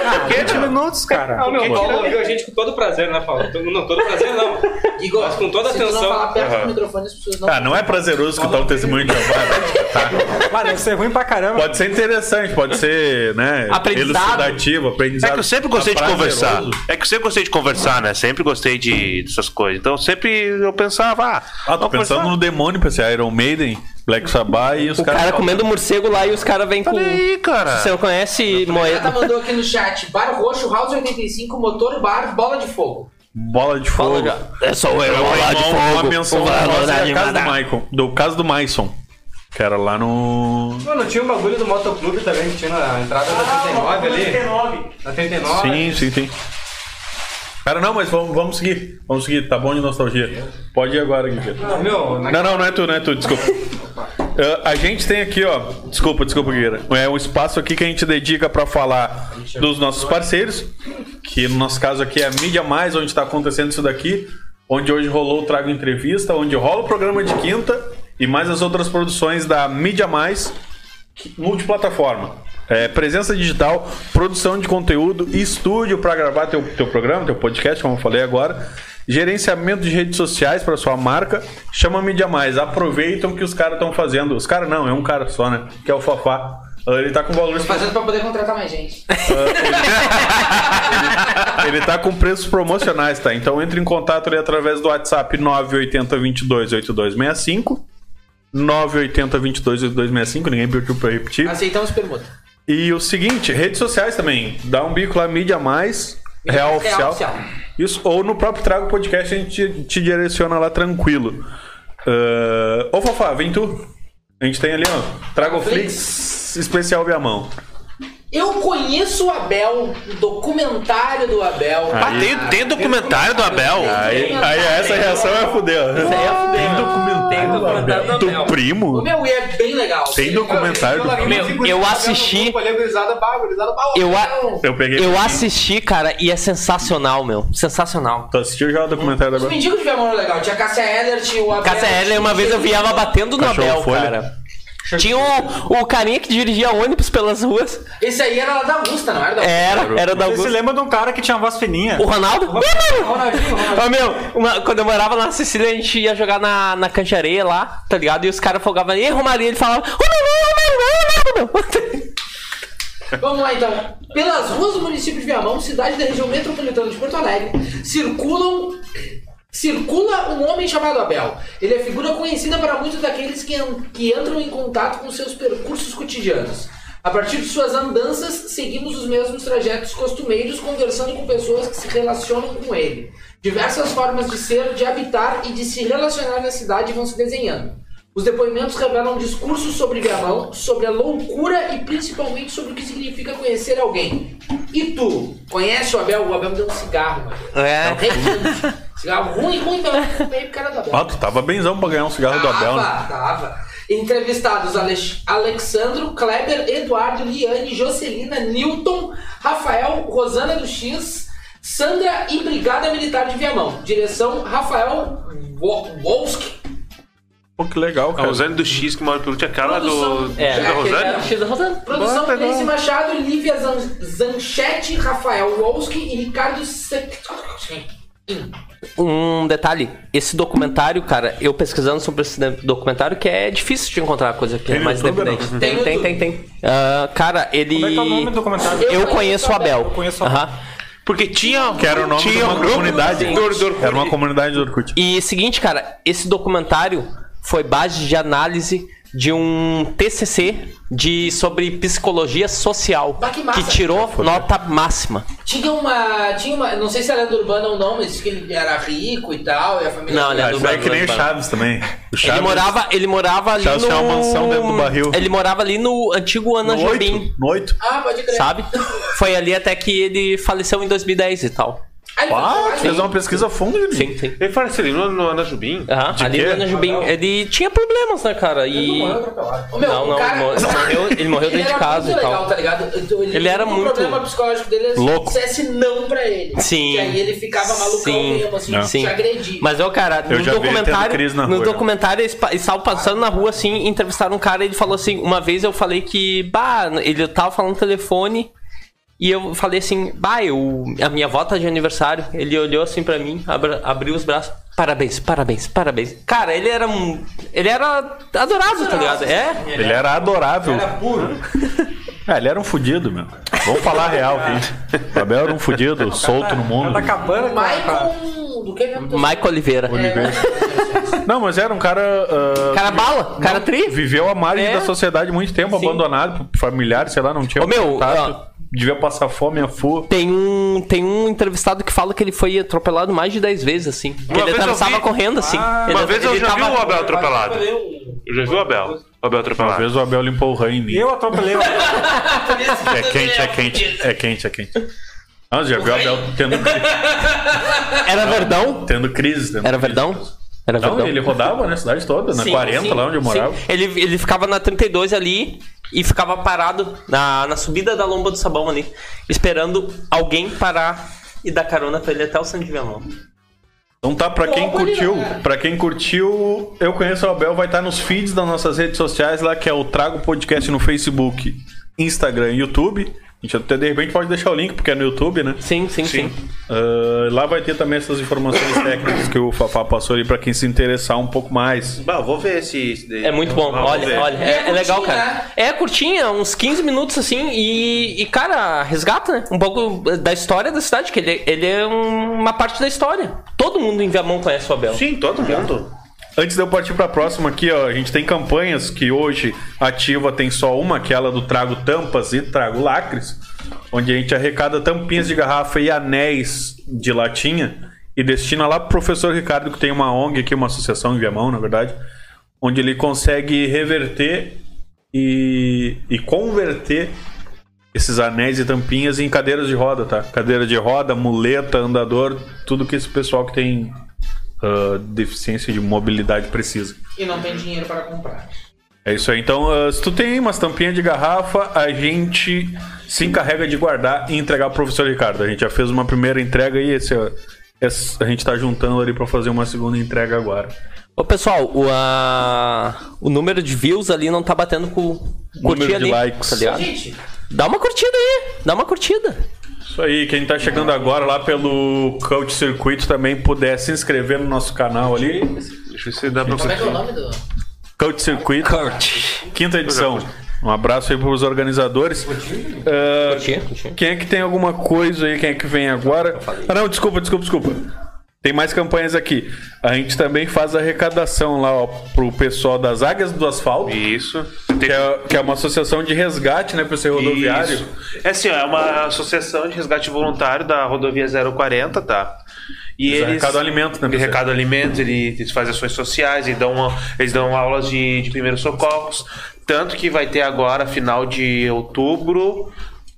Ah, 20 minutos,
não,
cara.
meu, o Paulo ouviu a gente com todo prazer, né, Paulo? Tu- Não, todo prazer não.
Igor,
Mas com toda
se
atenção.
tu não falar perto
Aham.
do microfone, as pessoas não...
Ah, não é prazeroso escutar um testemunho de Jeová. né? Tá.
Mano, deve ser ruim pra caramba.
Pode ser interessante, pode ser, né?
Aprendizado.
Elucidativo,
É
aprendizado. Tá
que eu sempre gostei de
prazeroso.
conversar. É que eu sempre gostei de conversar, né? Sempre gostei de dessas coisas. Então sempre eu pensava, ah,
Ah, tô
vamos
pensando
conversar.
no demônio, pensei Iron Maiden, Black Sabbath e os
O
caras.
cara comendo morcego lá e os caras vêm com.
Olha tá aí, cara.
Você não conhece
Renata
moeda.
mandou aqui no chat, bar roxo, house 85, motor bar, bola de fogo.
Bola de fogo.
Fala já. É só o
Eu vou
herói de
dar
fogo.
uma menção
o valor
honrosa
da
da casa do
animada.
Michael, do caso do Maison, que era lá no
Mano, tinha um bagulho do motoclube também, que tinha na entrada da 39 ali. Na 39.
Sim, sim, sim. Cara, não, mas vamos, vamos seguir. Vamos seguir, tá bom de nostalgia. Pode ir agora, Guilherme.
Não, Meu, na
Não, não, não é tu, não é tu, desculpa. Ah, a gente tem aqui, ó. Desculpa, desculpa, Guilherme. É um espaço aqui que a gente dedica pra falar dos nossos parceiros, que no nosso caso aqui é a Mídia Mais, onde tá acontecendo isso daqui, onde hoje rolou o Trago Entrevista, onde rola o programa de quinta e mais as outras produções da Mídia Mais, que- multiplataforma. É, presença digital, produção de conteúdo, estúdio para gravar teu, teu programa, teu podcast, como eu falei agora. gerenciamento de redes sociais para sua marca, chama a mídia mais. Aproveitam o que os caras estão fazendo. Os caras não, é um cara só, né? Que é o Fafá. Ah, Ele tá com valores.
Fazendo pra poder contratar mais gente.
Ele tá com preços promocionais, tá? Então entre em contato ali através do WhatsApp 980 22 8265. 980 22 8265, ninguém pediu pra eu repetir.
Aceitamos permuta.
E o seguinte, redes sociais também. Dá um bico lá, mídia mais,
Mídia
real,
Mais,
oficial.
Real Oficial.
Isso, ou no próprio Trago Podcast a gente te, te direciona lá tranquilo. Ah, ô Fofá, vem tu. A gente tem ali, ó. Tragoflix especial via mão.
Eu conheço o Abel, o documentário do Abel.
Ah, tem, tem documentário do Abel.
Aí, aí essa reação é fuder, ó.
Tem documentário do Abel.
Do primo?
O meu e é bem legal.
Tem documentário do primo?
Meu, eu assisti. Eu, a-
Então, Eu peguei.
eu assisti, cara, e é sensacional, meu. Sensacional.
Tu assistiu já o documentário da
Os
Bela?
mendigos de Amor legal. Tinha Cassia Edert, o Abel.
Cássia Heller, uma vez eu vi ela batendo no
Cachorro
Abel,
Folha.
cara. Tinha o, o carinha que dirigia ônibus pelas ruas.
Esse aí era lá da Augusta, não era
É.
da
Era, era da
Você se
Augusta.
lembra de um cara que tinha uma voz fininha?
O Ronaldo? Ah, mano!
Ronaldinho, Ronaldinho.
Ô, meu, uma- quando eu morava na Sicília, a gente ia jogar na, na canchareia lá, tá ligado? E os caras folgavam, e Romaria, ele falava, Romaria, Romaria, Romaria,
Vamos lá então. Pelas ruas do município de Viamão, cidade da região metropolitana de Porto Alegre, circulam. Circula um homem chamado Abel. Ele é figura conhecida para muitos daqueles que, en- que entram em contato com seus percursos cotidianos. A partir de suas andanças, seguimos os mesmos trajetos costumeiros, conversando com pessoas que se relacionam com ele. Diversas formas de ser, de habitar e de se relacionar na cidade vão se desenhando. Os depoimentos revelam discursos sobre Viamão, sobre a loucura e principalmente sobre o que significa conhecer alguém. E tu, conhece o Abel? O Abel me deu um cigarro, mano.
É.
Tá horrível. cigarro ruim, ruim, pelo meio pro cara do Abel.
Ah, tu tava benzão pra ganhar um cigarro do Abel, né?
Tava, tava. Entrevistados Alex, Alexandro, Kleber, Eduardo, Liane, Jocelina, Newton, Rafael, Rosana do X, Sandra e Brigada Militar de Viamão. Direção Rafael Wo- Wolski.
Pô, que
Ah,
legal,
A
cara.
Rosane do X que mora pelo tinha aquela do.
Produção.
É,
É,
da Rosane?
aquele-
Romaria.
Produção
Bota,
Gleice
não.
Machado, Lívia Zan- Zanchetti, Rafael Wolski e Ricardo Sectin.
Um detalhe, esse documentário, cara, eu pesquisando sobre esse de- documentário, que é difícil de encontrar coisa que é
no
mais
YouTube,
independente.
não? Tem
Tem,
no
tem, tem, tem. Ah, cara, ele.
Como é que é o nome do documentário?
Eu conheço o Abel. Eu
conheço o Abel.
Porque tinha.
Que era o nome de
tinha um
uma
grupo
comunidade.
do- do Orkut.
Era uma comunidade do Orkut.
E seguinte, cara, esse documentário foi base de análise de um TCC de sobre psicologia social
Bah, que massa.
que tirou nota máxima.
Tinha uma, tinha uma. Não sei se era do Urbana ou não, mas disse que ele era rico e tal, e a família.
Não, ele
Ah,
do
isso aí é que nem o
Barulho.
Chaves também. O Chaves,
Ele morava, ele morava ali
Chaves
no
tinha uma mansão dentro do barril.
Ele morava ali no antigo Ana
no
Jobim,
oito, no oito.
Ah, pode crer.
sabe? Foi ali até que ele faleceu em 2010 e tal.
Ah, ele
Ah, tu
foi
fez
trabalho.
uma pesquisa a fundo, Juninho.
Sim, sim.
Ele parece ali no, no Ana Jubim.
Aham,
De
ali
quê?
no Ana Jobim. Ele tinha problemas, né, cara? E
Ô, meu,
Não,
o
não,
cara-
ele morreu- ele morreu dentro de
era
casa
muito
e tal.
legal, tá ligado? Então,
Ele era
o
muito-
O problema psicológico dele é se
Louco.
dissesse não pra ele.
Sim.
E aí ele ficava malucão
Sim.
mesmo, assim,
Não.
de
Sim.
te agredir.
Mas, ó, cara,
Eu já vi
no
ele tendo
documentário,
crise na
no
rua, já.
documentário eles, pa- eles estavam passando na rua, assim, entrevistaram um cara e ele falou assim, uma vez eu falei que, bah, ele tava falando no telefone e eu falei assim, bah, eu, a minha avó tá de aniversário. Ele olhou assim pra mim, abra- abriu os braços, parabéns, parabéns, parabéns. Cara, ele era um... ele era adorado, tá ligado? É?
Ele era adorável.
Era puro.
Ah, ele era um fudido, meu. Vamos falar a real, gente. O Abel era um fudido, solto no mundo.
Tá acabando, cara.
Michael. Do que mesmo?
Maico Oliveira.
Não, mas era um cara. ah,
Cara bala, cara tri.
Viveu à margem
É.
da sociedade muito tempo,
Sim.
abandonado por familiares, sei lá, não tinha
Ô, meu,
contato,
ó.
devia passar fome a fu.
Tem um, tem um entrevistado que fala que ele foi atropelado mais de 10 vezes, assim. Que ele
vez eu
atravessava
vi-
correndo, assim. Ele-
Uma vez eu
ele
já vi
tava-
o Abel atropelado. Eu já vi o Abel. O
Uma
Abel atropelado.
vez o Abel limpou o ranho em mim.
Eu atropelei o Abel.
É quente, é quente, é quente, é quente. Ah, já viu o Abel tendo,
Era É Verdão?
tendo crise. Tendo
Era
crise.
Verdão? Era
Não,
Verdão.
ele rodava na cidade toda, na
Sim,
40,
sim,
lá onde eu morava.
sim. Ele, ele ficava na 32 ali e ficava parado na, na subida da lomba do sabão ali, esperando alguém parar e dar carona pra ele até o Santo de Viamão.
Então tá, pra quem
Bom,
curtiu,
né,
bonito, cara.
pra quem curtiu, eu conheço o Abel, vai estar nos feeds das nossas redes sociais lá, que é o Trago Podcast no Facebook, Instagram e YouTube. A gente até de repente pode deixar o link, porque é no YouTube, né?
Sim, sim, sim.
Ah, lá vai ter também essas informações técnicas que o Fafá passou ali pra quem se interessar um pouco mais.
Bah, vou ver esse. esse daí.
É muito bom,
Ah, vou ver.
olha, olha,
E é
é, é legal,
curtinho,
cara.
né?
É curtinha, uns 15 minutos assim, e, e, cara, resgata, né? Um pouco da história da cidade, que ele, ele é um- uma parte da história. Todo mundo em Viamão conhece o Abel.
Sim, todo mundo.
Antes de eu partir pra próxima aqui, ó, a gente tem campanhas que hoje ativa tem só uma, aquela do Trago Tampas e Trago Lacres, onde a gente arrecada tampinhas de garrafa e anéis de latinha e destina lá pro professor Ricardo, que tem uma ONG aqui, uma associação em Viamão, na verdade, onde ele consegue reverter e, e converter esses anéis e tampinhas em cadeiras de roda, tá? Cadeira de roda, muleta, andador, tudo que esse pessoal que tem ah, deficiência de mobilidade precisa.
E não tem dinheiro para comprar.
É isso aí. Então, ah, se tu tem umas tampinhas de garrafa, a gente se encarrega de guardar e entregar pro professor Ricardo. A gente já fez uma primeira entrega e esse, ó, esse- a gente tá juntando ali pra fazer uma segunda entrega agora.
Ô, pessoal, o, a- o número de views ali não tá batendo com o curtir
de
ali.
likes.
Tá ligado?
Gente,
Dá uma curtida aí, dá uma curtida.
Isso aí, quem tá chegando agora lá pelo Coach Circuito também puder se inscrever no nosso canal ali.
Deixa eu ver se dá pra
como
você.
é que é o nome do.
Coach Circuito,
Curte.
quinta edição. Um abraço aí pros organizadores. Ah,
Curtir, curtir.
Quem é que tem alguma coisa aí? Quem é que vem agora? Ah, não, desculpa, desculpa, desculpa. Tem mais campanhas aqui. A gente também faz arrecadação lá, ó, pro pessoal das Águias do Asfalto,
Isso.
que
Tem...
é, que é uma associação de resgate, né, pro ser rodoviário.
Isso. É assim, ó, é uma associação de resgate voluntário da rodovia 040, tá? E
Eles
eles.
arrecadam alimento, né,
Eles
pessoal?
arrecadam alimentos, ele- eles fazem ações sociais, eles dão, eles dão aulas de, de primeiros socorros. Tanto que vai ter agora, final de outubro.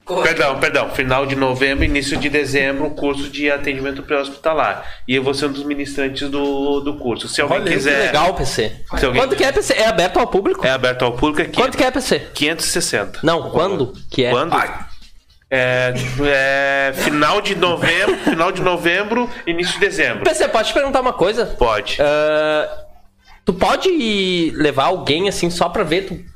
Corre.
Perdão, perdão, final de novembro, início de dezembro, um curso de atendimento pré-hospitalar. E eu vou ser um dos ministrantes do, do curso. Se alguém
Olha, que
quiser.
Legal, PC.
Se alguém-
Quanto que é, PC? É aberto ao público?
É aberto ao público aqui.
Quanto que é, PC?
560.
Não, quando que é?
Quando? É, é final de novembro, final de novembro, início de dezembro.
PC, posso te perguntar uma coisa?
Pode.
Ah, tu pode levar alguém assim só pra ver? Tu...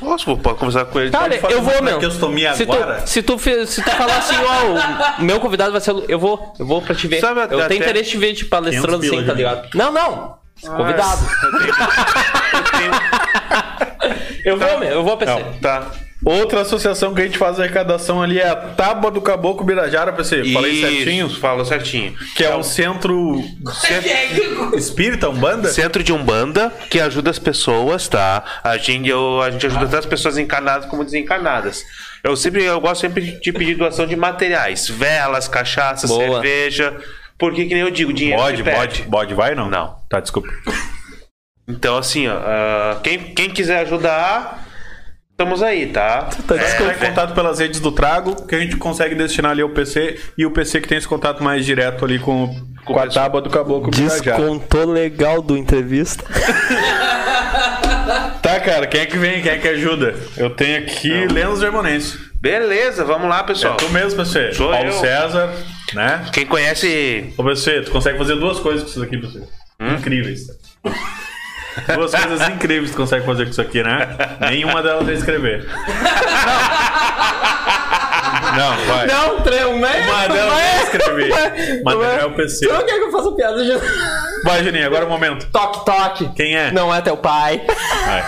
Posso, pode conversar com ele.
Cara, Tá, né, eu vou, meu.
questostomia
Se
agora?
tu, se, tu, fi- se tu falar assim, ó, o meu convidado vai ser. o Lu- Eu vou, eu vou pra te ver.
Sabe,
eu
até-
tenho interesse de ver te palestrando
500
assim, tá
pila,
ligado? Não, não. Convidado. Eu vou, meu, eu vou, PC.
Não, um- tá.
Outra associação que a gente faz arrecadação ali é a Tábua do Caboclo Birajara, PC. Falei
Isso,
certinho?
Falou certinho.
Que é um centro
É,
é
espírita, umbanda?
Centro de Umbanda que ajuda as pessoas, tá? A gente, eu- a gente ajuda tanto as pessoas encarnadas como desencarnadas. Eu sempre eu gosto sempre de pedir doação de materiais, velas, cachaça,
Boa.
cerveja. Porque que nem eu digo, dinheiro
Bode,
se perde.
bode, bode, vai não?
é Não.
Tá, desculpa.
Então, assim, ó, ah, quem, quem quiser ajudar, estamos aí, tá?
É, Entra em contato pelas redes do Trago, que a gente consegue destinar ali ao PC e o PC que tem esse contato mais direto ali com, com a tábua do caboclo Birajara.
legal do entrevista.
Tá, cara, quem é que vem? Quem é que ajuda? É Eu tenho aqui Lendas Germonense.
Beleza, vamos lá,
É
pessoal.
tu mesmo, PC.
Sou
Paulo
eu.
César, né?
Quem conhece.
Ô, PC, tu consegue fazer duas coisas com isso aqui, PC. Incríveis. Duas coisas incríveis tu consegue fazer com isso aqui, né? Nenhuma delas é escrever. Não, vai.
Não, trem, né?
Uma delas é escrever. Material PC.
Tu não é quer que eu faça piada de.
Vai, Juninho, agora é o momento.
Toque, toque.
Quem é?
Não é teu pai.
Vai.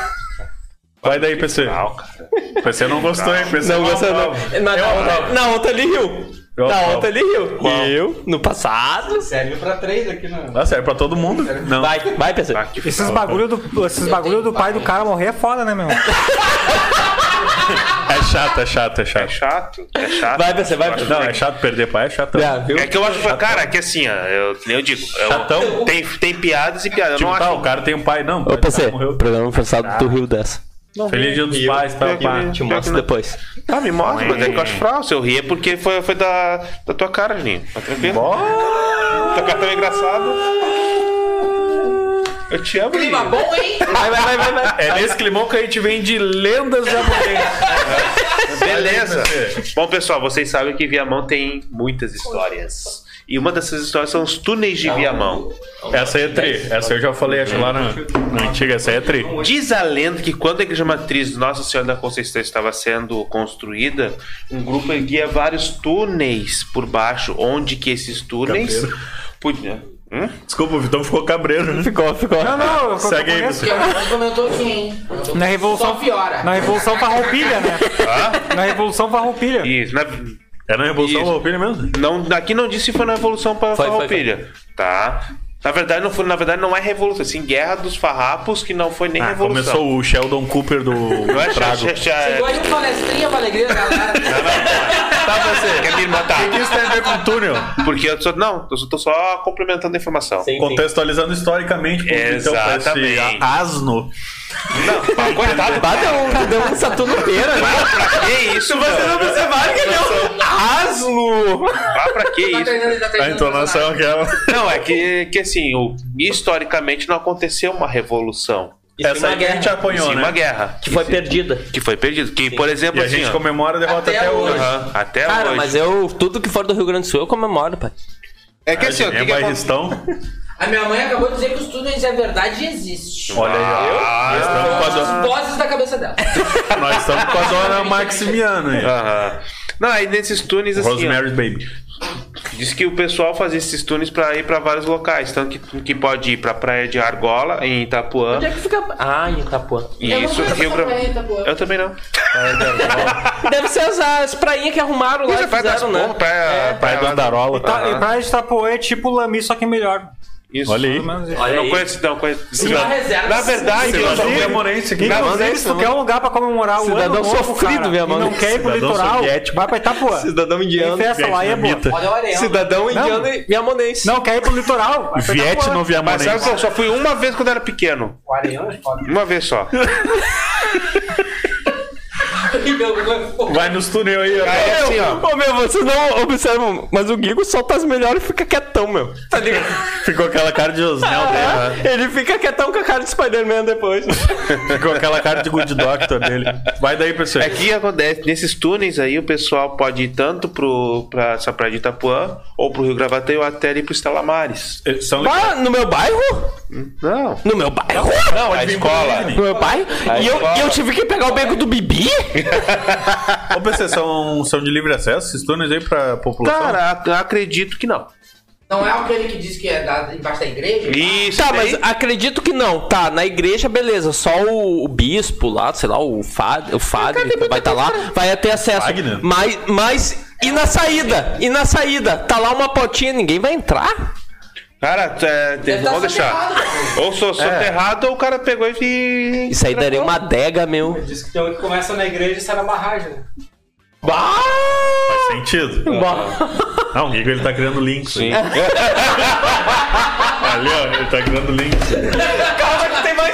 Vai daí, PC.
É. Não, cara.
PC não gostou, hein? PC
Não gostou, não. Na,
Eu
na-
aprovo.
na outra ele riu.
Eu
na
aprovo.
outra ele riu.
Qual?
Eu, no passado.
Serve pra três aqui, não.
Dá certo pra todo mundo? Não.
Vai, vai, PC.
Esses bagulho do, esses bagulho do pai do cara morrer é foda, né, meu?
É chato, é chato, é
É
chato.
chato. É chato.
Vai, PC, vai,
Eu acho
PC.
Não, é chato perder pai, é chato.
É, viu?
É que eu acho que, cara, que assim, ó, eu, que nem eu digo, eu-
Chatão.
tem, tem piadas e piadas. Eu
Tipo,
não
tá, o
acho.
cara tem um pai, não.
Ô,
pai, tá,
PC,
morreu.
programa forçado do Rio dessa.
Feliz dia dos pais, tá, pá.
Te mostro depois.
Ah, me mostra, mas é que eu acho fraco. Se eu ri é porque foi, foi da, da tua cara, Juninho. Tá tranquilo? Tua cara tão engraçado. Eu te amo,
Clima
Juninho.
bom, hein?
Vai, vai, vai, vai. vai.
É nesse climão que a gente vem de lendas japonesas.
Beleza.
Vai, PC.
Bom, pessoal, vocês sabem que Viamão tem muitas histórias. E uma dessas histórias são os túneis de Viamão.
Essa aí é tri. Essa eu já falei, acho lá na, na antiga, essa aí é tri.
Diz a lenda que quando a igreja matriz Nossa Senhora da Conceição estava sendo construída, um grupo erguia vários túneis por baixo, onde que esses túneis podiam. Hum?
Desculpa, o Vitão ficou cabreiro. né?
Ficou, ficou. Não, não, eu
Segue aí,
conheço.
Vitão.
Quem comentou quem?
Na Revolução.
Só piora.
é
Na Revolução Farroupilha, né?
Hã?
Na Revolução Farroupilha.
Isso, na-
É na Revolução
Isso.
Roupilha mesmo?
não, aqui não disse se foi na Revolução para
Foi, foi,
Farroupilha. Tá. Na verdade, não foi, na verdade, não é revolução, assim, guerra dos farrapos, que não foi nem
Ah,
revolução.
começou o Sheldon Cooper do
Não é
Trago.
chá, chá, chá, é-
Chegou aí um palestrinha pra alegria da galera.
Tá, você, quer me matar?
O que isso tem a ver com o túnel?
Porque eu sou, não, eu só tô só complementando a informação.
Sim, sim.
Contextualizando historicamente então pro Vitão, pra esse
Exatamente.
asno.
Não, coitado,
Bah, deu um, deu um Saturno Pera, né?
é pra que isso? Você não precisa mais que deu.
Aslo!
Ah, pra que
Tá
isso?
treinando, tá
A
treinando.
entonação aquela.
Não, é que, que assim, o- historicamente não aconteceu uma revolução.
Essa aí que a gente
Foi
apanhou,
sim, é uma
né?
guerra.
é Que foi perdida.
Que foi perdida. Que, por
E
exemplo,
a
assim,
gente
ó,
comemora a derrota
Até
até hoje.
hoje.
aham, até
Cara,
hoje.
mas eu, tudo que for do Rio Grande do Sul, eu comemoro, pai.
É que assim, ó, o
É
que que acontece?
bairristão.
A minha mãe acabou de dizer que os túneis é verdade e existe.
Olha aí, ó.
Ah,
Nós estamos com a
As
dona-
vozes da cabeça dela.
Nós estamos com a
é
dona Maximiano aí.
aham. Não, aí nesses túneis, assim, ó,
Rosemary's Baby.
Diz que o pessoal fazia esses túneis pra ir pra vários locais, tanto que, que pode ir pra Praia de Argola, em Itapuã.
Onde é que fica. Ah, em Itapuã.
E
Eu não
isso,
conheço
Rio
essa praia em
Grande.
Itapuã.
Eu também não.
Deve ser as, as prainhas que arrumaram lá
Mas é
e
Praia das
fizeram,
Pombas,
né?
Praia,
Pai do
lá-
Andarola.
Tá,
Aham.
E pra Itapuã é tipo Lami, só que melhor.
Isso.
Olha aí.
Pelo menos isso.
Olha
Não
aí.
conheço, não conheço.
Uma reserva.
Na verdade, eu só
Cidadão
fui
Morense aqui.
Não,
Inclusive, se tu
né?
quer um lugar pra comemorar o
Cidadão
ano novo,
sofrido,
cara,
minha
e
mão.
não quer ir pro
Cidadão
litoral,
soviético.
vai pra Itapuã.
Cidadão
Tem
indiano.
festa lá e é boa.
Vietnamita.
Olha o Ariel.
Cidadão indiano é e viamonense.
Não, quer ir pro litoral. vai pra
Viet
Itapuã.
não via
Mas sabe que eu só fui uma vez quando eu era pequeno.
O Ariel é foda.
Uma vez só.
E meu Google é foda.
Vai nos túnel aí, ó.
Aí
É
assim, ó.
Ô, meu, vocês não observam, mas o Guigo solta as melhores e fica quietão, meu. Tá ligado?
é?
Ficou aquela cara de Osnel
Ah, Tá.
dele.
Ele fica quietão com a cara de Spider-Man depois.
Ficou aquela cara de Good Doctor dele. Vai daí, pessoal.
É que acontece, nesses túneis aí o pessoal pode ir tanto pro, pra essa praia de Itapuã, ou pro Rio Gravataí, ou até ir pro Estalamares.
É São
Ah, no meu bairro?
Não.
No meu bairro?
Não,
é
a escola.
No meu bairro?
Aí
E eu,
fala.
e eu tive que pegar o beco do Bibi?
Ô, PC, são, são de livre acesso esses túneis aí pra população?
Cara, ac- acredito que não.
Não é aquele que diz que é da, embaixo da igreja?
Isso,
Tá,
daí-
mas acredito que não. Tá, na igreja, beleza. Só o, o bispo lá, sei lá, o padre, o padre vai estar lá, vai ter acesso.
Wagner?
Mas, mas. E na saída? E na saída? Tá lá uma potinha, ninguém vai entrar?
Cara, é, tem-
tá
vamos deixar.
soterrado.
Ou sou soterrado, ou o cara pegou e.
Isso aí daria uma adega, meu.
Diz que tem um que começa na igreja e sai na barragem. né?
Bah!
Faz sentido.
Bah!
Não, o Igor ele tá criando links. Sim. Ali, ó, ele tá criando links.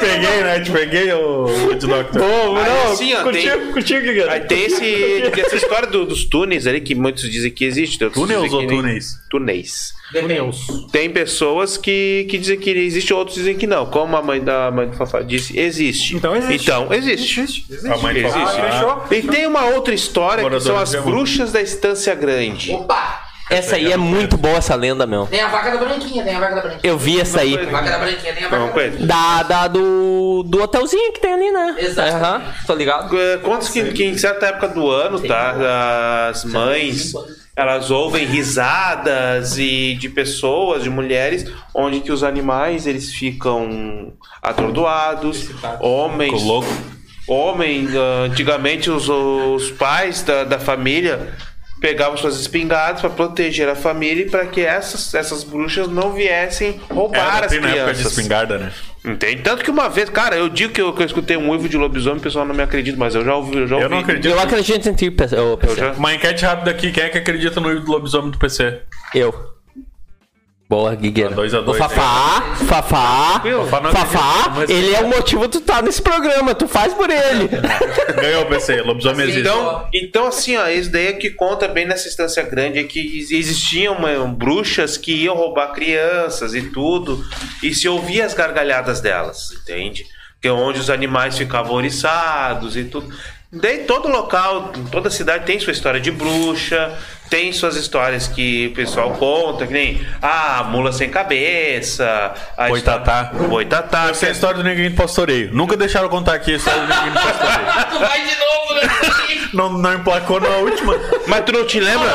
Peguei, né? Te peguei, ô Good Doctor.
um. Aí, assim, ó, tem,
Curtiu, Guilherme?
aí tem esse, tem essa história do- dos túneis ali, que muitos dizem que existe. outros
Túneis
dizem
ou
que nem-
túneis?
Túneis.
Depende.
Tem pessoas que, que dizem que existe, outros dizem que não. Como a mãe da mãe do Fafá disse, existe.
Então existe.
Então existe.
A mãe do
Existe. né?
Fafá.
né?
Fechou?
E tem uma outra história que são
Moradores
as
de Amor.
bruxas da Estância Grande.
Opa!
Essa aí é muito boa, essa lenda, meu.
Tem a vaca da branquinha, tem a vaca da branquinha.
Eu vi essa aí.
Vaca da branquinha, tem a vaca
Não,
da branquinha.
coisa.
Da, da do, do hotelzinho que tem ali, né?
Exato.
Aham, tô ligado.
É, Contas que, que em certa época do ano, tá? As mães, elas ouvem risadas e de pessoas, de mulheres, onde que os animais eles ficam atordoados, homens.
Ficou louco.
Homem, ah, antigamente os, os pais da, da família pegavam suas espingardas para proteger a família e para que essas, essas bruxas não viessem roubar
Era
as
assim na época de
crianças.
espingarda, né?
Entende? Tanto que uma vez, cara, eu digo que eu, que eu escutei um uivo de lobisomem, o pessoal não me acredita, mas eu já ouvi. Eu já ouvi.
Eu não acredito.
Eu acredito em ti, pe- ô,
Eu
PC.
já-
Uma enquete rápida aqui, quem é que acredita no do lobisomem do PC?
Eu. Boa, Guigueira.
Tá, dois a dois, né?
o Fafá, Fafá,
Fafá não acredita,
Fafá,
mas-
ele é o motivo de tu tá nesse programa, tu faz por ele.
Ganhou o PC, lobisomem existe.
Então, então, assim, ó, isso daí é que conta bem nessa instância grande, é que ex- existiam mano, bruxas que iam roubar crianças e tudo, e se ouvia as gargalhadas delas, entende? Que é onde os animais ficavam oriçados e tudo. Daí todo local, toda cidade tem sua história de bruxa, tem suas histórias que o pessoal conta, que nem ah, a mula sem cabeça, a
Boitatá.
histó- Boitatá.
Essa é a história do ninguém de pastoreio. Nunca deixaram eu contar aqui a história do ninguém de pastoreio.
Tu vai de novo, né?
Não, não emplacou na última.
Mas tu não te lembra?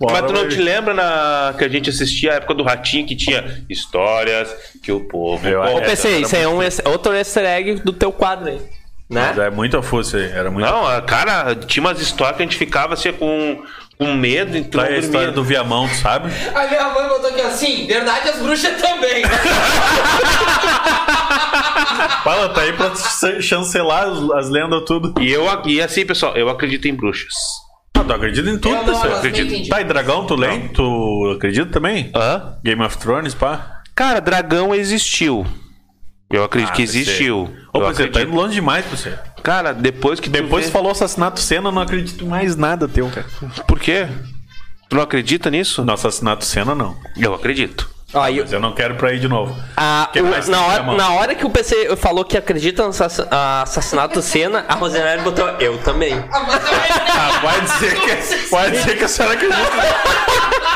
Bora,
Mas tu não
vai.
te lembra na... que a gente assistia a época do Ratinho que tinha histórias que o povo.
Eu
conta.
acho.
Ô, PC, isso aí é um ex- outro easter egg do teu quadro aí.
Mas
Né?
é muita força aí. Era muito.
Não, a- cara, tinha umas histórias que a gente ficava assim com, com medo, então.
Tá aí a história do Viamão, tu sabe?
A minha mãe botou aqui assim, verdade as bruxas também.
Fala, tá aí pra ch- chancelar as, as lendas, tudo.
E, eu, ac- e assim, pessoal, eu acredito em bruxas.
Ah, tu acredita em tudo,
Eu não,
pessoal.
eu
acredita.
não entendi.
Tá, e dragão, tu lê? Tu acredita também?
Hã?
Game of Thrones, pá.
Cara, dragão existiu. Eu acredito
Ah,
que
PC.
existiu.
Ô,
Eu
você tá
acredito.
indo longe demais, você.
Cara, depois que. tu
Depois
vê-
tu falou assassinato cena, eu não acredito mais nada teu, cara.
Por quê? Tu não acredita nisso?
Não, assassinato cena não.
Eu acredito.
Ó, e
Mas eu não quero pra aí de novo.
a-
Que
o-
mais
na,
tem,
hora,
Ramon?
na hora que o PC falou que acredita no assassi- ah, assassinato cena, a Rosemary botou eu também.
A mãe também.
Ah, vai dizer que. Vai dizer que a senhora acredita.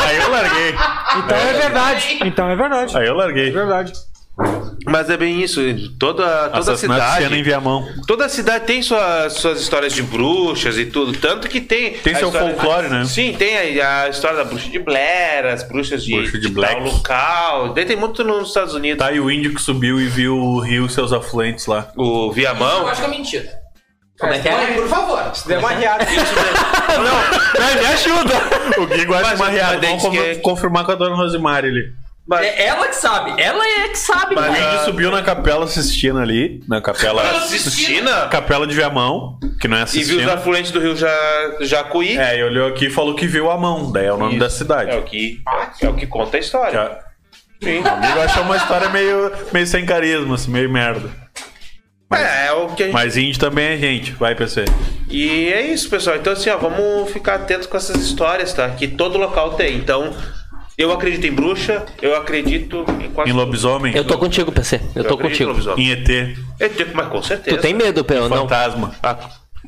Aí eu larguei.
Então é verdade. Então é verdade.
Aí eu larguei.
É verdade.
Tá,
Mas é bem isso. Toda, toda
Assassinato
cidade.
cena em Viamão.
Toda cidade tem sua- suas histórias de bruxas e tudo. Tanto que tem.
Tem
a
seu
história-
folclore, né?
Sim, tem a, a história da bruxa de Blair, as bruxas de,
Bruxa de
tal
Black.
local. Daí tem muito nos Estados Unidos.
Tá, e o índio que subiu e viu o rio e seus afluentes lá.
O
Eu
Viamão.
acho que é mentira.
Como é que é?
Mãe, por favor.
Deu É uma riada.
Não, me ajuda!
O Gui gosta
Mas-
de uma riada.
mas daí
Vamos
diz que
con- confirmar com a dona Rosemary ali.
Mas, tá
É ela que sabe, ela é que sabe,
O
cara.
índio subiu na capela assistindo ali. Na capela.
Sistina?
capela de Viamão, que não é
E viu os
assistindo.
afluentes do rio ja, Jacuí.
É, e olhou aqui e falou que viu a mão. Daí é o nome
Isso.
da cidade.
É o que, é o que conta a história.
Já- Ah, O amigo achou uma história meio, meio sem carisma, assim, meio merda.
É, é o que a gente
Mas índio também é gente, vai PC.
E é isso, pessoal. Então, assim, ó, vamos ficar atentos com essas histórias, tá? Que todo local tem. Então, eu acredito em bruxa, eu acredito em quase.
Em lobisomem,
Eu tô contigo, PC. Eu
acredito
tô
em
contigo.
lobisomem.
em ET,
Eu tenho, É, mas com certeza.
Tu tem medo, Pel? Não.
fantasma.
Ah,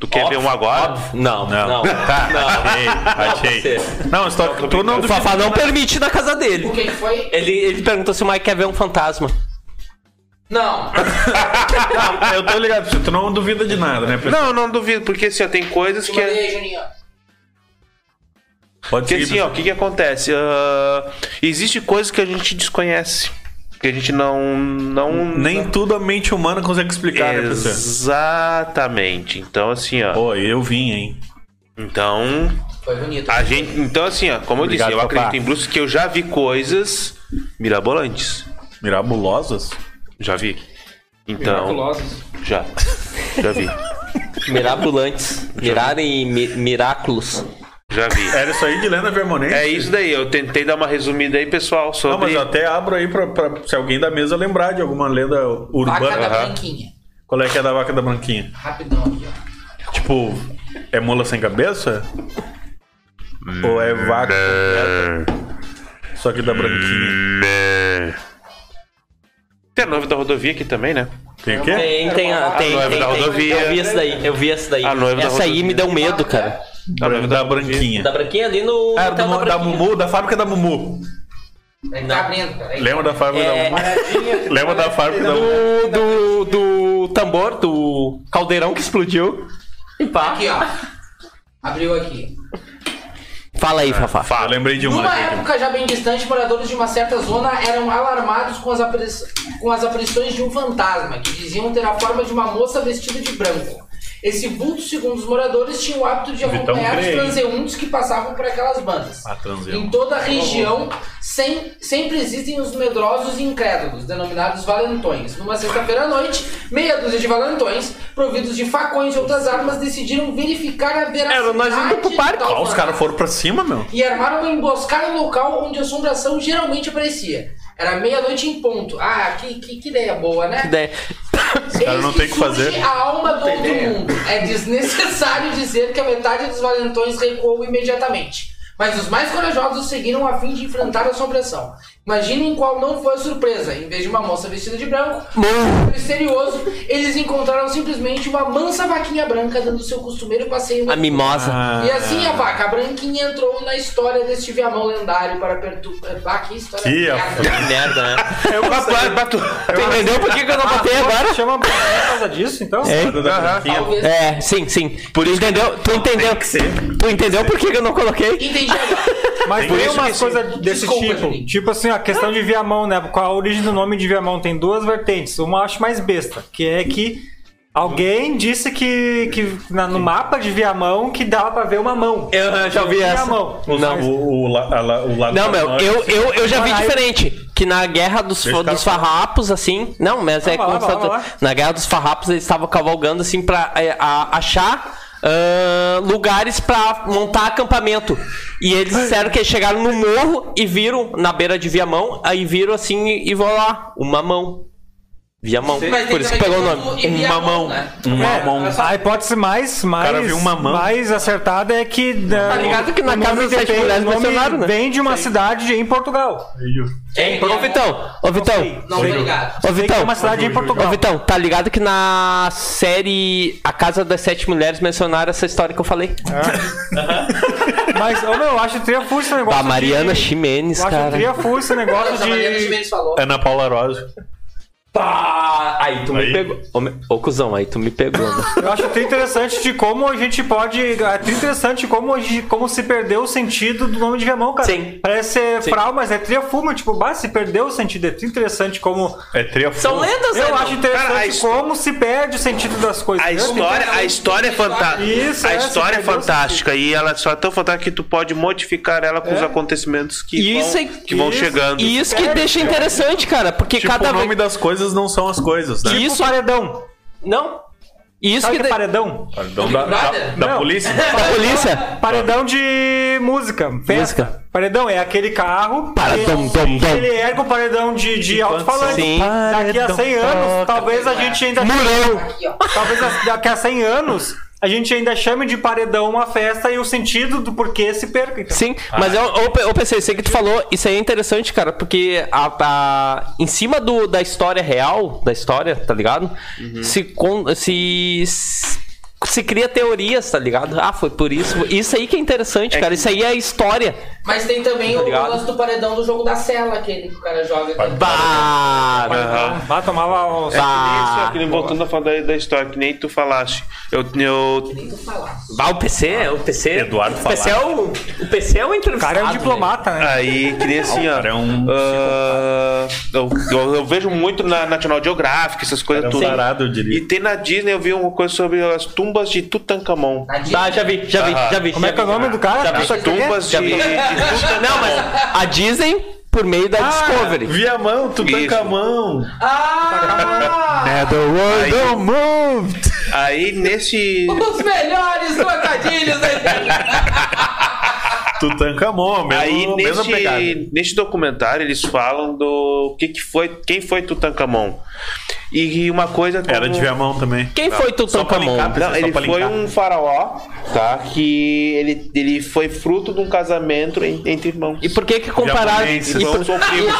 tu quer ver um agora?
Não,
Não.
não.
Tá, achei, achei.
você.
Não, só que tu não
O Fafá não permite na casa dele.
O que que foi?
Ele, ele perguntou se o Mike quer ver um fantasma.
Não.
Ah, eu tô ligado, você tu não duvida de nada, né? Pedro?
Não, não duvido, porque assim, ó, tem coisas
Te
é-
que.
mandei aí, Juninho.
Pode
Porque
seguir.
assim, ó, o que, que acontece? Ah, existe coisas que a gente desconhece. Que a gente não. não
Nem tudo a mente humana consegue explicar, né, PC?
Exatamente. Então, assim, ó.
Pô, eu vim, hein?
Então,
Foi
Ah,
bonito.
A gente, então assim, ó, como
Obrigado,
eu disse, eu
papá.
acredito em bruxas que eu já vi coisas mirabolantes.
Mirabolosas?
Já vi. Então,
Miraculosos.
já. Já vi.
Mirabulantes. Mirar e mi miraculos.
Já vi.
Era isso aí de Lena Vermonense?
É isso daí, eu tentei dar uma resumida aí, pessoal,
Não, mas
sobre
eu até abro aí pra, pra- se alguém da mesa lembrar de alguma lenda
Vaca
urbana.
da
Aham.
branquinha.
Qual é que é da vaca da branquinha?
Rapidão aqui, ó.
Tipo, é mula sem cabeça? Ou é vaca completa? Só que da branquinha.
Tem a noiva da rodovia aqui também, né?
Tem o quê?
Tem, tem, a- tem,
noiva
tem,
da
tem.
rodovia.
Eu vi essa daí, eu vi essa daí.
A noiva da
essa aí
rodovia.
me deu medo, cara.
Da, da branquinha.
Da branquinha ali no.
Ah,
hotel
do- da,
É, Então, Branquinha.
Mumu, da fábrica da Mumu.
É que tá abrindo, cara. Aí.
Lembra da fábrica da
É, tá
Mumu? Lembra da fábrica da Mumu?
do, do, do tambor, do caldeirão que explodiu. E pá.
Aqui, ó. Abriu aqui.
Fala aí, Fafá.
Eu lembrei de uma.
Numa
aqui.
época já bem distante, moradores de uma certa zona eram alarmados com as, apari- com as aparições de um fantasma, que diziam ter a forma de uma moça vestida de branco. Esse vulto, segundo os moradores, tinha o hábito de
Vitão
acompanhar os
Grey.
transeuntes que passavam por aquelas bandas.
Ah, transeunte.
Em toda a região, sem- sempre existem os medrosos e incrédulos, denominados valentões. Numa sexta-feira à noite, meia dúzia de valentões, providos de facões e outras armas, decidiram verificar a veracidade...
Era nós indo pro
do
parque.
tal
Ah, os
fantasma
caras foram pra cima, meu.
e armaram uma emboscada no local onde a assombração geralmente aparecia. Era meia-noite em ponto. Ah, que, que, que ideia boa, né?
Que ideia.
Eis
cara não tem o que
surge
fazer.
a alma do outro mundo. É desnecessário dizer que a metade dos valentões recuou imediatamente. Mas os mais corajosos seguiram a fim de enfrentar a assombração. Imaginem qual não foi a surpresa. Em vez de uma moça vestida de branco, um misterioso, eles encontraram simplesmente uma mansa vaquinha branca dando seu costumeiro passeio.
A mimosa.
E assim a vaca branquinha entrou na história deste viamão lendário para perturbar. Ah, que história.
Que
merda.
Que Merda, né?
Eu gostei.
Tu entendeu por que, que eu não botei agora?
Ah, Chama por causa disso, então?
É.
Aham.
Talvez.
É, sim, sim. Por isso entendeu? Tu entendeu? Tu entendeu por que, que eu não coloquei?
Entendi agora.
Mas
Por
tem
isso
umas
que-
coisas desse
Desculpa,
tipo.
gente.
Tipo assim, a questão de Viamão, né? Qual a origem do nome de Viamão? Tem duas vertentes. Uma eu acho mais besta, que é que alguém disse que, que na- no mapa de Viamão que dava pra ver uma mão.
Eu já ouvi essa.
Viamão.
Não, o, o, la- a la- o lado da
Não, meu,
morte,
eu,
assim,
eu, eu já vi
Caralho.
diferente. Que na guerra dos,
Deixa o cara
dos farrapos, assim. Não, mas
Vai
é
lá,
como
vai lá,
se-
vai lá.
Na guerra dos farrapos, eles estavam cavalgando, assim, pra é, a- achar. ah, lugares pra montar acampamento. E eles disseram que eles chegaram no morro e viram na beira de Viamão, aí viram assim e, e vão lá, uma mão. Viamão.
Mas tem
Por isso que
também
pegou o
tudo
nome. Um
em
Uma
Viamão,
mão.
né?
Uma mão.
É, A hipótese mais,
cara
mais,
viu uma mão.
mais acertada é que. Tá
ligado que na casa das sete mulheres do Bolsonaro, né?
Vem de uma cidade em Portugal.
Quem?
Ô Vitão, ô Vitão,
sei.
é Não,
Sei.
obrigado.
ô
Sei que é
Vitão.
uma cidade em
Ô,
Portugal.
Vitão, tá ligado que na série A Casa das Sete Mulheres mencionaram essa história que eu falei?
Mas, ô meu, eu acho tria full esse negócio.
Da Mariana
de-
Ximenes,
Eu acho
cara.
tria full esse negócio
Nossa, a Mariana
de.
Jimenez falou.
Ana É Paula Rosa.
Pá, Aí tu
Aí.
me pegou. Ô, me- Ô, cuzão, aí tu me pegou, né?
Eu acho até interessante de como a gente pode. É tri interessante como, a gente- como se perdeu o sentido do nome de Viamão, cara.
Sim.
Parece ser
Sim.
fral, mas é tria full, mas, tipo, bah, se perdeu o sentido. É tri interessante como.
É tria
São lendas, né?
Eu
não?
acho interessante
Cara, a his-
como se perde o sentido das coisas.
A
Eu tenho
história, a história é fantástica.
Isso,
a
é,
história é
você perdeu
fantástica e ela só é tão fantástica que tu pode modificar ela com os acontecimentos que
Isso
vão,
é-
que vão
isso-
chegando.
E isso que deixa interessante, cara, porque
Tipo,
cada
o
vez.
nome das coisas não são as coisas, né?
Tipo
Isso-
paredão.
Não. E isso
Sabe que
que.
é
De...
paredão?
Perdão, Então, da, da, da
Não.
polícia.
Da polícia?
Paredão de música. Festa.
Música.
Paredão é aquele carro.
Paradom,
que-
dom, dom.
que Ele ergue o paredão de, de alto-falante.
Sim.
Daqui a 100 anos, talvez a gente ainda.
Murão!
Aqui, ó.
Talvez a- daqui a 100 anos a gente ainda chame de paredão uma festa e o sentido do porquê se perca. Então.
Sim, mas eu, eu, eu pensei, isso aí que tu falou, isso aí é interessante, cara, porque a, a- em cima do, da história real, da história, tá ligado? Se, con- se, se cria teorias, tá ligado? Ah, foi por isso. Isso aí que é interessante, cara. Isso aí é história.
Mas tem também o
Tá ligado?
lance do paredão do jogo da cela, aquele que o cara joga.
Bah,
Aham.
Vá tomava
Tá
o-
Isso,
bah,
aquele- Ah, voltando a falar da, da história, que nem tu falaste. Eu, eu
Nem tu falasse.
bah, o PC, o PC.
Eduardo
o PC é o, o PC é o
O
entrevistado.
cara é um
né?
diplomata, né?
Aí, que nem assim, ó.
cara é um
ah, eu, eu- eu vejo muito na National Geographic, essas coisas
É um
tudo.
tarado, eu
E
diria.
tem na Disney, eu vi uma coisa sobre as tumbas de Tutankhamon.
Na dica.
Bah, já vi, já vi, já vi.
Como
já
é que é o
vi.
nome do cara?
Já vi.
Isso aqui é?
Ah, Tumbas de,
Já vi.
de Tutankhamon.
Não, mas a Disney, por meio
Ah!
da Discovery.
Via mão, tu
Isso.
tanca a mão.
Ah,
né?
É
Aí, aí nesse.
Os melhores trocadilhos da internet.
Tu tanca a mão, mesmo,
Aí
mesma pegada.
nesse, nesse documentário eles falam do que, que foi, quem foi Tutankhamon. E, uma coisa como-
Era de via mão também.
Quem foi
Só pra
Tutankhamon?
linkar,
Não,
pessoal,
ele
só pra
foi
linkar.
um faraó, tá? Que ele, ele foi fruto de um casamento en- entre irmãos. um
E por que que compararam?
Japoneses,
e
então.
por-
são primos.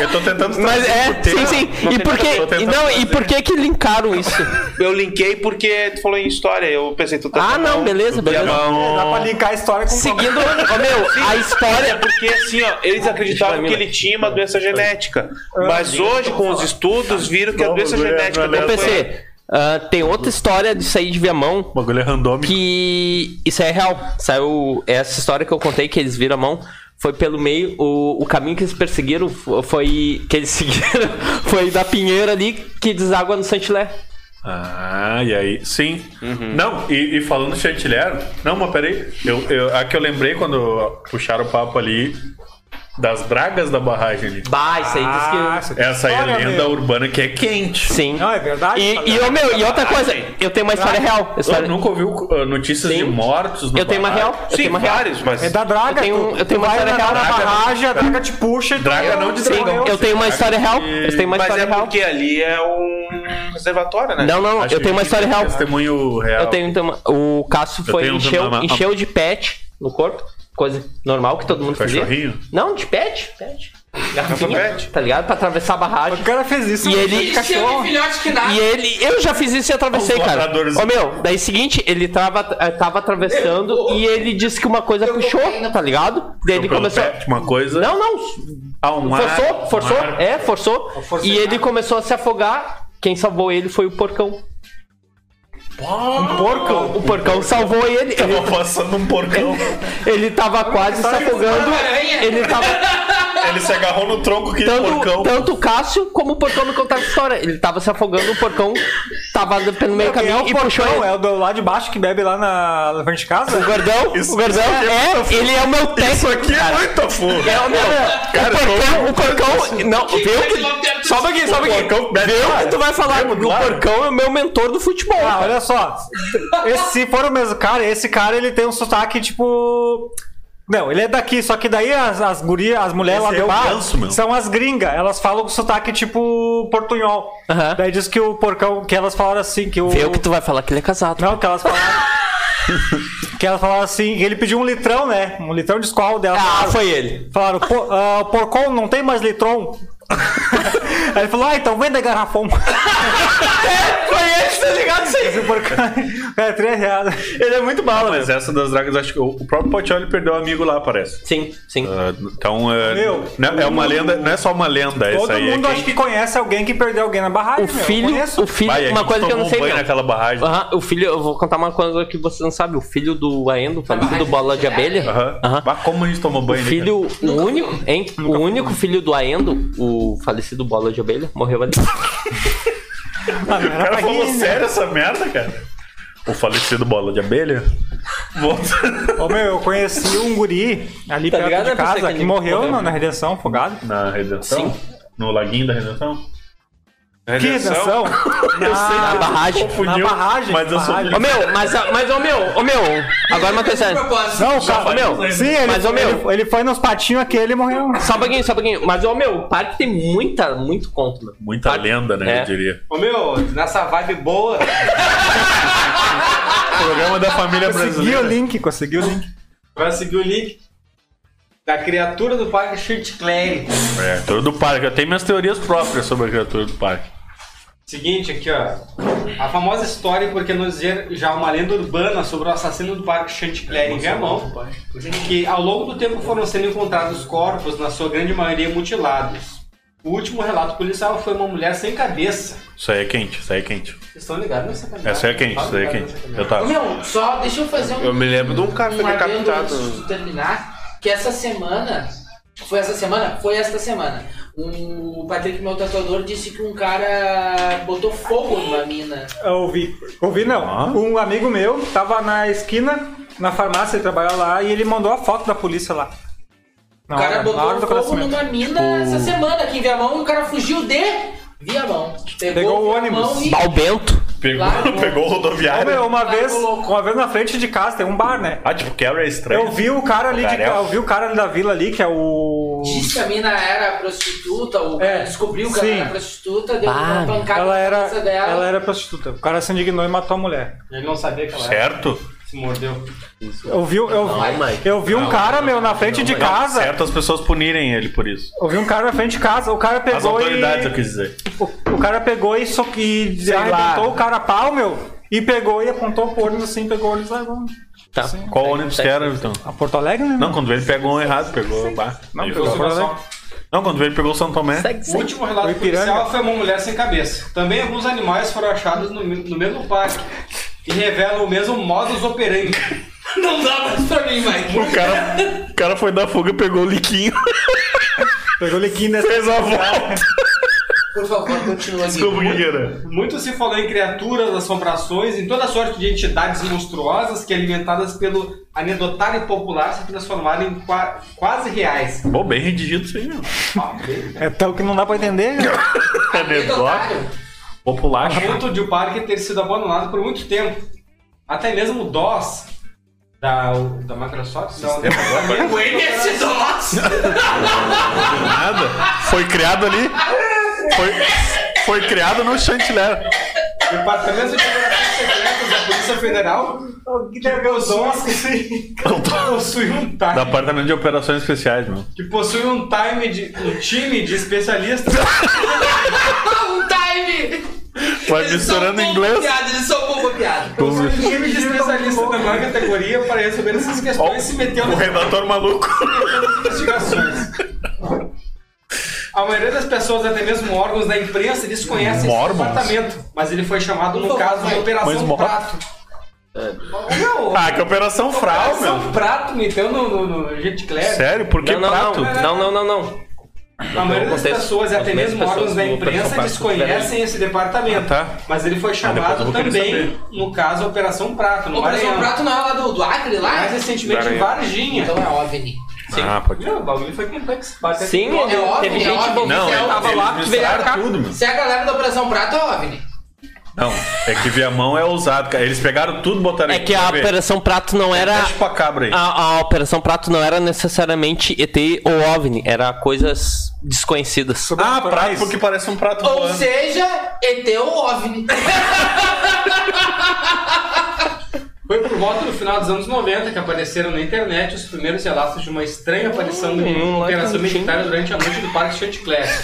Eu tô tentando
Tá.
um
Mas é,
trazer
sim,
o
sim.
tema.
Não
E
tem
por
nada,
tô
que
tentando
não? E
fazer.
por que que linkaram isso?
Eu linkei porque tu falou em história. Eu pensei, tu tá
Ah, não, beleza, beleza.
Dá pra linkar a história com
Seguindo, ó, meu, a história.
Porque assim, ó, eles acreditavam que ele tinha uma doença genética. Mas hoje, com os estudos, viram que a
Vamos
doença
ver,
genética
galera.
dele
Ô,
foi-
PC, ah, tem outra história de sair de Viamão
Bagulho é randômico.
que isso é real. Saiu é essa história que eu contei que eles viram a mão. Foi pelo meio, o, o caminho que eles perseguiram fo- foi. que eles seguiram foi da Pinheira ali que deságua no Santilé.
Ah, e aí? Sim. Não, e, e falando do chantilher... Não, mas peraí. Eu, eu, a que eu lembrei quando puxaram o papo ali das dragas da barragem ali.
Bah, isso aí diz que.
Ah, isso aqui
Essa aí é a
história,
lenda
meu.
urbana que é quente.
Sim.
Não, é verdade.
E,
tá
e, ô, meu, e outra coisa, eu tenho uma história real.
Eu
História...
nunca ouviu uh, notícias
Sim.
de mortos no
Eu tenho uma
barragem?
real. Eu
Sim,
tenho uma real.
vários, mas.
É da draga.
Eu tenho- um-
tu,
eu tenho
tu
uma
vai
história
nadar na
real.
barragem, a draga te puxa. então e tu-
Draga não de
Sim,
dragão.
Eu tenho uma história real.
que-
Eu tenho uma
Mas
história
é
real.
porque ali é um reservatório, né?
Não, não,
Acho
eu tenho uma
que
história real.
Testemunho real. Um
Eu tenho então, o Cássio
Eu
foi
tenho
encheu,
uma- uma-
encheu de pet no corpo. coisa normal que todo mundo fazia.
Cachorrinho?
Não, de pet, pet. Garrafinha,
pet?
tá ligado? Pra atravessar a barragem.
O cara fez isso
E
mano,
ele-
de
Isso é um
cachorro.
filhote que nada.
E ele, eu já fiz isso e atravessei,
Os
cara.
ladradores.
Ô meu, daí é seguinte, ele tava, eh, tava atravessando e ele disse que uma coisa puxou, tá ligado? Daí ele
Pelo
começou.
pet, tipo uma coisa.
Não, não.
Ah, um
forçou,
ar,
forçou,
um ar.
é, forçou.
forcei
E ele começou a se afogar. Quem salvou ele foi o porcão.
Um porco.
O porcão salvou ele.
Tava
Ele,
passando um porcão.
ele tava quase se afogando. Ele tava.
Ele se agarrou no tronco que
Tanto,
porcão.
tanto o Cássio como o porcão no contato de história. Ele tava se afogando, o porcão tava pelo meio do
Quem
caminho
é o
e puxou
porcão?
ele.
É o do lá de baixo que bebe lá na, na frente de casa?
O gordão,
Isso-
o gordão
isso aqui é
é, ele é o meu técnico.
Isso aqui é
cara.
muita furra.
É o meu.
Cara,
o porcão,
eu-
o porcão. Não, vê assim. o que. um Sobe aqui, sobe aqui.
porcão bebe
Vê o
lá.
é que tu vai falar. O
claro.
porcão é o meu mentor do futebol.
Ah,
cara.
olha só. Esse, se for o mesmo cara, esse cara ele tem um sotaque tipo. Não, ele é daqui, só que daí as, as gurias, as mulheres lá
Esse é
do
o
bar
ganso, meu.
são as gringas. Elas falam com sotaque tipo portunhol.
Aham.
Daí diz que o porcão, que elas falaram assim, que o.
Vê o que tu vai falar que ele é casado.
Não, que elas falaram. que elas falaram assim, que ele pediu um litrão, né? Um litrão de escola dela.
Ah, foi ele.
Falaram, pô, ah, o porcão não tem mais litron. Aí ele falou, ah, então venda garrafão.
Foi ele, tá ligado?
Esse porcão é 3 reais.
Ele é muito bala,
Mas essa das dragas, acho que o o próprio Potioli perdeu um amigo lá, parece.
Sim, sim.
Ah, Então, é,
Meu,
né, é uma lenda, não é só uma lenda
Todo
essa aí.
mundo
é
acho que conhece alguém que perdeu alguém na barragem.
O
meu. Eu
filho,
conheço.
o filho,
Vai,
uma coisa que eu não sei
um banho
não.
naquela barragem.
Aham, o filho, eu vou contar uma coisa que você não sabe. O filho do Aendo, falecido do Bola de Abelha.
Aham.
Aham.
Mas como a gente tomou banho né,
Filho, o único, hein? o único filho do Aendo, o falecido Bola de Abelha, morreu ali.
Ah, não, era
cara? O cara
pra
falou
rir, né?
sério essa merda, cara? O falecido bola de abelha? Volta
Ô, meu, eu conheci um guri ali
Tá
perto
ligado?
de
É pra você
casa
que
que morreu,
morreu.
na- na redenção, afogado.
na redenção? No laguinho da redenção?
Que redenção? Ah,
Na barragem.
Confundiu,
Na barragem,
Mas eu sou um
barragem.
Ô meu, mas, a- mas ô meu, ô meu, agora uma coisa séria.
Não, cara,
meu,
Sim, ele,
mas, ô, meu.
ele, ele foi nos patinhos aqui ele morreu.
Só um pouquinho, só um pouquinho. Mas ô meu, o parque tem muita, muito conto, meu.
Muita
Tá-
lenda, né?
É.
Eu diria.
Ô meu, nessa vibe boa,
Programa da família
Consegui
brasileira.
o link, consegui o link.
vai seguir o link da criatura do parque Shirt Clary.
É, criatura do parque. Eu tenho minhas teorias próprias sobre a criatura do parque.
Seguinte aqui, ó. A famosa história, porque nos dizer já uma lenda urbana sobre o assassino do parque Chanticleer em Viamão, que ao longo do tempo foram sendo encontrados corpos, na sua grande maioria mutilados. O último relato policial foi uma mulher sem cabeça.
Isso aí é quente, isso aí é quente.
Vocês estão ligados nessa cabeça? Tá
Essa aí é quente, isso aí é quente. Eu
Ô,
tava.
Meu, só deixa eu fazer um.
Eu me lembro de um cara que foi
um adendo
decapitado.
antes de terminar, que essa semana. Foi essa semana? Foi esta semana. Um- o Patrick, meu tatuador, disse que um cara botou fogo numa mina.
Eu ouvi. Ouvi não.
Ah.
Um amigo meu tava na esquina, na farmácia, ele trabalhava lá, e ele mandou a foto da polícia lá. Na
O cara
hora- na hora
botou
do
fogo
acontecimento.
numa mina essa semana aqui em Viamão e o cara fugiu de Viamão. Pegou,
Pegou o
Viamão
ônibus.
E...
Balbento.
Pegou,
Largou.
pegou o
Ô,
rodoviário.
meu, uma
Vai,
vez,
colocou.
uma vez na frente de casa, tem um bar, né?
Ah, tipo, Carrie é estranho.
Eu vi o cara ali, de,
Garel.
eu vi o cara ali da vila ali, que é o.
Disse que a mina era prostituta, o cara
É,
descobriu que ela
sim.
era prostituta, deu
Ah,
uma pancada
Ela era,
na cabeça dela.
ela era prostituta. O cara se indignou e matou a mulher.
Ele não sabia que ela era.
Certo?
se mordeu.
Eu vi, eu, eu vi um cara, meu, na frente de casa.
É Certo as pessoas punirem ele por isso.
Eu vi um cara na frente de casa. O cara
As
pegou e.
autoridades, eu quis dizer.
O, o cara pegou e, so, e arrebentou o cara a pau, meu. E pegou e apontou pro ônibus assim, pegou o ônibus lá.
Tá.
Qual ônibus que era, então?
A Porto Alegre, né?
Não, quando veio ele pegou um errado, pegou. bah.
Não,
Aí
pegou
assim,
ficou-
Porto Alegre.
Não, quando veio ele pegou o São Tomé.
Segue,
O
segue.
último relato
Foi piranga.
policial foi uma mulher sem cabeça. Também alguns animais foram achados no, me- no mesmo parque, que revelam o mesmo modus operandi.
Não dá mais pra mim, Mike.
O cara, o cara foi da fuga e pegou o liquinho.
Pegou né? o liquinho dessa.
Fez a volta.
Por favor, continua aqui.
Desculpa, o que que era?
Muito se falou em criaturas, assombrações, em toda sorte de entidades monstruosas que, alimentadas pelo anedotário popular, se transformaram em qua- quase reais.
Bom, bem redigido isso aí, meu.
É tal que não dá pra entender. né? cara.
Tá
Anedota. Popular. é
A ponto de o parque ter sido abandonado por muito tempo. Até mesmo o DOS, da, o- da Microsoft, não,
O MS DOS!
Nada. Foi criado ali. Foi, foi criado no chantilly.
Departamento de Operações Secretas da Polícia Federal
O Guilherme Osasco, assim.
possui um
Do
time,
apartamento de operações especiais, meu.
que possui um time de um time de especialistas
Um time!
Vai
Eles
misturando
são bom pra
inglês.
Piada, eles são bom pra piada.
possui um time de especialistas da maior categoria para resolver essas questões e se meteu
O
nas
redator maluco.
investigações. A maioria das pessoas, até mesmo órgãos da imprensa, desconhecem esse
Mormons?
departamento, mas ele foi chamado no caso de
Um Mas um
Operação
mor-
Prato. Não,
Ah, que operação fral, meu.
Operação Prato metendo no, no, no gente cleve.
Sério? Por que
não, não,
prato?
não, não, não, não, não.
A
Então,
maioria das
Acontece.
pessoas, e até
As
mesmo
mesmas
órgãos
pessoas
da
no
imprensa,
Operação Prato,
desconhecem esse departamento.
Ah, tá.
Mas ele foi
depois eu
chamado
vou querer
também,
saber.
no caso, Operação Prato, no
Operação
Maranhão.
Prato não é lá do, do Acre lá?
Mais recentemente, em Varginha.
assim, Então é OVNI.
Ah, pode
Meu, o bagulho foi complexo. bateu
Sim,
aqui.
É óbvio,
teve
é
gente
óbvio.
envolvida
Não,
Você
que
eles-
tava lá, que
eles
veio
misturaram
cá.
tudo, meu.
Se é a galera da Operação Prato é OVNI.
Não, é que Viamão é ousado, cara. Eles pegaram tudo, botaram
É que a Operação Ah, Prato não era...
Mete pra É tipo cabra aí.
A, a Operação Prato não era necessariamente ET ou OVNI, era coisas desconhecidas.
Ah, prato, porque parece um prato
Ou
voando.
seja, ET ou OVNI.
Foi por volta do final dos anos 90 que apareceram na internet os primeiros relatos de uma estranha
Hum,
aparição de
um
uma
like
operação
no time.
militar durante a noite do Parque Chanticleer.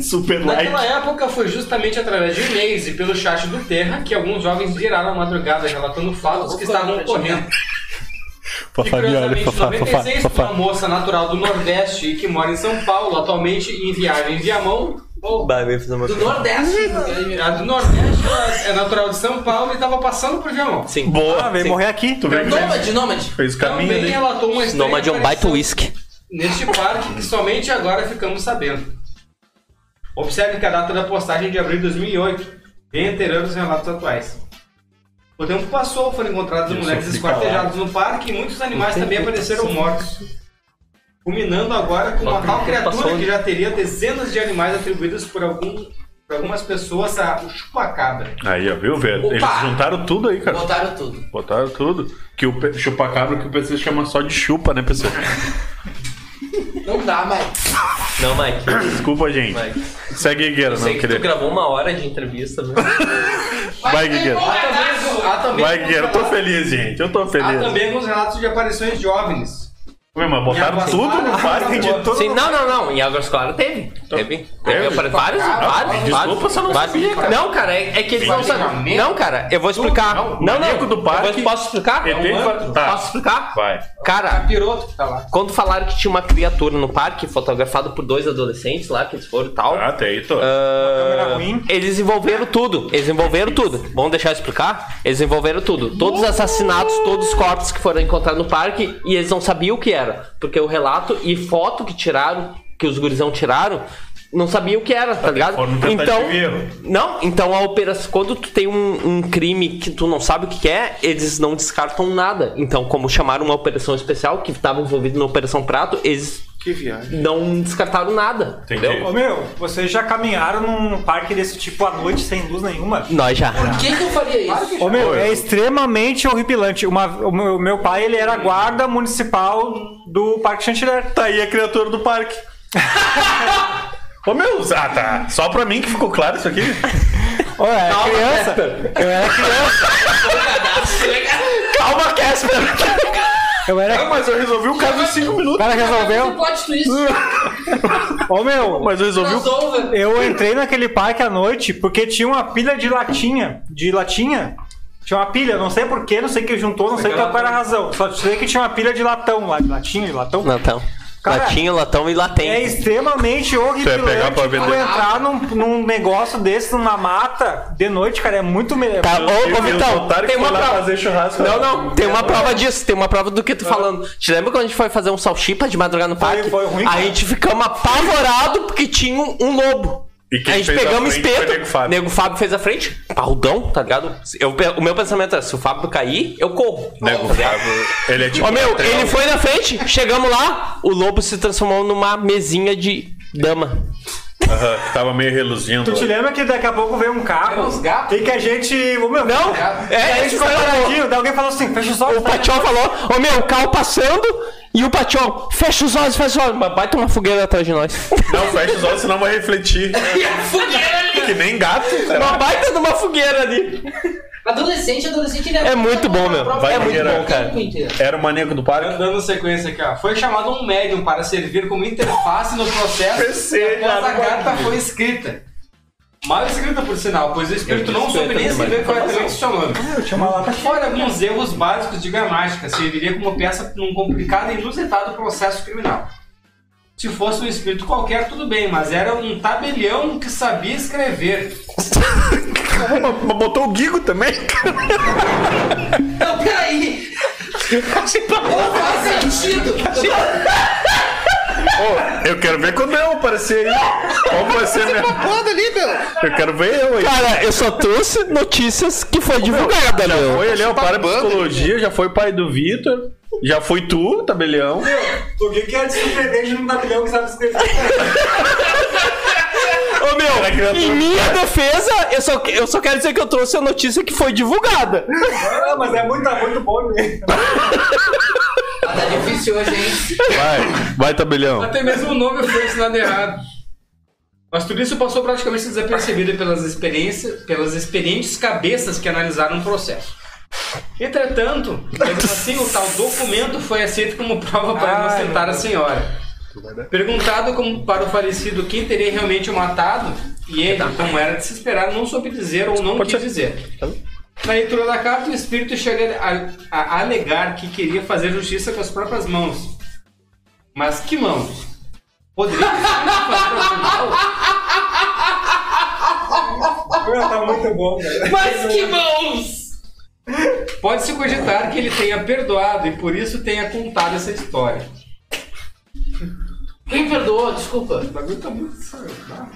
Super
Naquela época foi justamente através de e-mails e pelo chat do Terra que alguns jovens viraram a madrugada relatando fatos que estavam ocorrendo. E
Fafá, me olha,
curiosamente,
fafá,
em
fafá,
96,
fafá.
uma moça natural do Nordeste e que mora em São Paulo, atualmente em viagem em Viamão, ou
Do Nordeste.
a do Nordeste, ela é natural de São Paulo e estava passando por Viamão.
Sim.
Boa.
Ah, veio morrer aqui.
Tu vê é que fez,
Nômade, Nômade.
fez caminho né?
Também
ali.
relatou uma estranha
Nômade é um baita
aparição
whisky.
neste parque que somente agora ficamos sabendo. Observe que a data da postagem é de abril de 2008 bem anterior aos relatos atuais. O tempo passou, foram encontrados
Isso
moleques
fica
esquartejados no parque e muitos animais também apareceram mortos. Culminando agora com uma tal criatura
né?
que já teria dezenas de animais atribuídos por, algum, por algumas pessoas a o chupacabra.
Aí, ó, viu, velho?
Opa!
Eles juntaram tudo aí, cara.
Botaram tudo.
Botaram tudo. Que o pe- chupacabra que o PC chama só de chupa, né, PC?
Não dá mais.
Não, Mike.
Desculpa, gente. Segue guerra, não, queria.
gravou uma hora de entrevista, né?
Vai, Guigueira.
Há
um
também- há também
Vai,
alguns
Guigueira. Eu tô
relatos-
feliz, gente. Eu tô
Há
feliz.
Ah, também alguns relatos de aparições de OVNIs.
Ué, mas botaram
Minha
tudo no
botada.
parque de todo
Sim, não, não, não. Em Águas Claras teve.
Então, é,
Teve. Teve. apare- Vários, vários,
desculpa,
vários.
só não
vários.
sabia, cara.
Não, cara, é, é que eles não sabem. Não, cara, eu vou explicar.
Não,
Não, não.
maníaco do
Eu
parque.
vou- posso explicar? É um
ET vai- tá.
Posso explicar?
Vai.
Cara,
Capiroto que tá lá.
quando falaram que tinha uma criatura no parque, fotografado por dois adolescentes lá, que eles foram e tal.
Ah, até aí tô.
Câmera ruim.
Eles envolveram tudo, eles envolveram tudo. Vamos deixar eu explicar? Eles envolveram tudo. Todos os assassinatos, todos os corpos que foram encontrados no parque e eles não sabiam o que era. Porque o relato e foto que tiraram, que os gurizão tiraram, não sabiam o que era, tá ligado?
foram tentativa
Então.
e erro.
Não, então a operação. Quando tu tem um, um crime que tu não sabe o que que é, eles não descartam nada. Então, como chamaram uma operação especial que estava envolvida na Operação Prato, eles
Que viagem.
não descartaram nada.
Entendi.
Entendeu?
Ô meu, vocês já caminharam num parque desse tipo à noite sem luz nenhuma?
Nós já.
Por que, que eu faria isso?
Ô meu, é extremamente horripilante. Uma- o meu, o meu pai, ele era guarda municipal do Parque Chantilly.
Tá aí a criatura do parque. Ô meu, ah tá. Só pra mim que ficou claro isso aqui.
Ô, eu era criança. Eu era criança.
Calma, Casper!
Eu era...
Ah, mas eu resolvi o caso em 5
O
minutos.
cara
Um
resolveu.
plot twist.
Hum,
Ô meu,
Mas eu resolvi o.
Crossover.
eu entrei naquele parque à noite porque tinha uma pilha de latinha. De latinha? Tinha uma pilha, não sei porquê, não sei que juntou, não sei qual era a razão. Só sei que tinha uma pilha de latão lá, de latinha, de latão.
Latão.
Cara,
Latinho, latão e
É
latente.
extremamente
Tu ia pegar
horripilante
pra
tu
vender.
entrar num, num negócio desse, numa mata, de noite, cara, é muito melhor.
Tá,
E
ô, ô
os
Vitão,
otários que
tem uma
foi lá
prova.
fazer churrasco.
Não, não, tem uma prova disso, tem uma prova do que tu falando. Te lembra quando a gente foi fazer um salchipa de madrugada no
Foi-
parque?
foi ruim,
a
cara.
gente ficamos apavorados porque tinha um, um lobo.
E quem
a gente
fez a
pegamos
frente
espeto.
foi Nego Fábio.
Nego Fábio fez a frente. Parrudão, tá ligado? Eu, o meu pensamento é: se o Fábio cair, eu corro.
Nego Fábio. Ele é tipo.
Ó, meu, ele foi na frente, chegamos lá, o lobo se transformou numa mesinha de dama.
Aham, tava meio reluzindo.
Tu te lembra que daqui a pouco veio um
Eram
carro
os gatos?
e que a gente. Ô, meu,
Não?
É, a
É,
gente
isso
ficou
foi
paradinho, daí alguém falou assim, fecha os olhos.
O Patiol falou, ô meu, o carro passando e o Patiol, fecha os olhos, fecha os olhos. Mas vai tomar fogueira atrás de nós.
Não, fecha os olhos, senão vai refletir.
Fogueira ali.
que nem gato.
Uma baita de uma fogueira ali.
Adolescente, adolescente, ele
É muito bom, meu.
próprio
Vai
É muito
Guerreiro.
bom, cara.
tempo inteiro.
Era o maníaco do parque.
Dando sequência aqui, ó. Foi chamado um médium para servir como interface no processo
Pensei,
e após
já
a carta foi escrita. Mal escrita, por sinal, pois o espírito não soube nem escrever corretamente seu nome.
Ah, Eu tinha uma lata
Fora alguns erros básicos de gramática, serviria como peça num complicado e inusitado processo criminal. Se fosse um espírito qualquer, tudo bem, mas era um tabelião que sabia escrever.
Mas botou o Guigo também?
Não, Então, peraí! Não faz sentido!
Ô, eu quero ver quando eu aparecer aí. Como vai ser mesmo?
tá ali, meu.
Eu quero ver eu aí.
Cara, eu só trouxe notícias que foi divulgada,
Já
meu.
foi ele, é o
tá
para
babando,
psicologia, já foi pai do Vitor, já foi tu, tabelião.
O que que é de surpreendente num tabelião que sabe escrever?
Ô,
Era
meu,
criatura.
em minha defesa, eu só, eu só quero dizer que eu trouxe a notícia que foi divulgada.
Ah, mas é muito, muito bom mesmo.
Ah, tá difícil hoje, hein?
Vai, vai, tabelião.
Até mesmo o nome foi ensinado errado. Mas tudo isso passou praticamente desapercebido pelas, experiências, pelas experientes cabeças que analisaram o processo. Entretanto, mesmo assim, o tal documento foi aceito como prova para
Ai,
inocentar a senhora. Perguntado como para o falecido quem teria realmente o matado, e ele, como era de se esperar, não soube dizer ou não quis dizer. Na leitura da carta, o espírito chega a, a alegar que queria fazer justiça com as próprias mãos. Mas que mãos? Poderia
Meu, tá muito bom, cara.
Mas que mãos!
Pode-se cogitar que ele tenha perdoado e por isso tenha contado essa história.
Quem perdoou? Desculpa.
O bagulho tá muito sério, tá?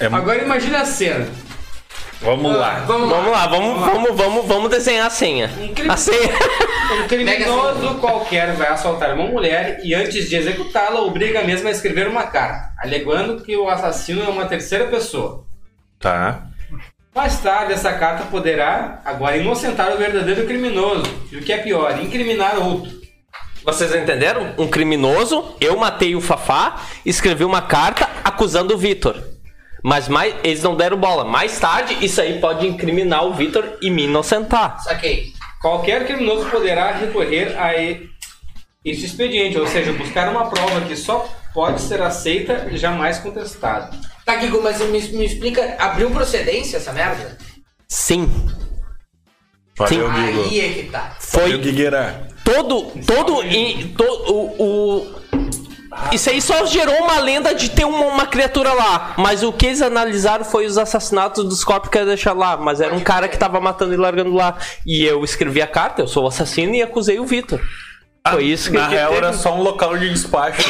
É,
Agora imagine a cena. Ah,
vamos lá.
Vamos lá.
Vamos lá, vamos, vamos, vamos, vamos desenhar a senha. A senha.
Um criminoso qualquer vai assaltar uma mulher e antes de executá-la obriga a mesma a escrever uma carta, alegando que o assassino é uma terceira pessoa.
Tá.
Mais tarde, essa carta poderá agora inocentar o verdadeiro criminoso e o que é pior, incriminar outro.
Vocês entenderam? Um criminoso, eu matei o Fafá, escrevi uma carta acusando o Vitor. Mas mais, eles não deram bola. Mais tarde, isso aí pode incriminar o Vitor e me inocentar.
Saquei.
Qualquer criminoso poderá recorrer a e- este expediente, ou seja, buscar uma prova que só pode ser aceita e jamais contestada.
Tá, Kiko, mas me, me explica, abriu procedência essa merda?
Sim.
Valeu,
Sim.
Guigo.
Aí é que tá.
Valeu,
Foi
Guigueira.
todo. Todo. em- to- o, o- Isso aí só gerou uma lenda de ter uma, uma criatura lá. Mas o que eles analisaram foi os assassinatos dos corpos que eu ia deixar lá. Mas era um cara que tava matando e largando lá. E eu escrevi a carta, eu sou o assassino e acusei o Vitor. Foi isso que
Ah, Na
que
real,
teve.
era só um local de despacho.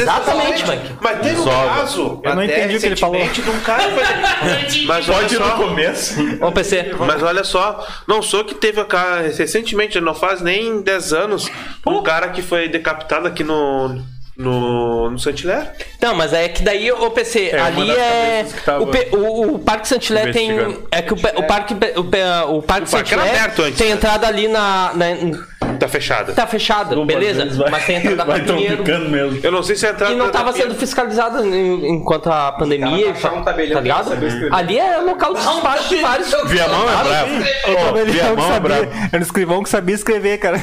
Exatamente, Mike.
Mas teve um
Resolve.
caso.
Eu não
até
entendi o que ele falou.
recentemente, de um cara que fazia- Mas olha
Pode ir no
só.
começo.
Ô, PC.
Mas olha só, não sou que teve a cara recentemente, não faz nem 10 anos, um cara que foi decapitado aqui no no, no Santilé.
Não, mas é que daí, ô PC,
É, uma
ali
das
é.
cabeças que tava
O, P- o- o Parque Santilé tem.
investigando.
É que o, P- o Parque. O, P- o Parque
parque era
Santilé
aberto antes,
tem
né?
entrada ali na. na-
Tá fechada.
tá fechada, beleza.
Eles vai-
Mas tem entrada pra
Vai tão
dinheiro.
ficando mesmo.
Eu não sei se é a entrada
E não
da-
tava
da-
sendo fiscalizada em- enquanto a pandemia.
Os caras acharam um tabelião
tá
que
ligado?
sabia escrever.
Ali é local de
tá
despacho de vários.
Viamão
Ah,
é bravo. Ó, Viamão é bravo.
Era um escrivão que sabia escrever, cara.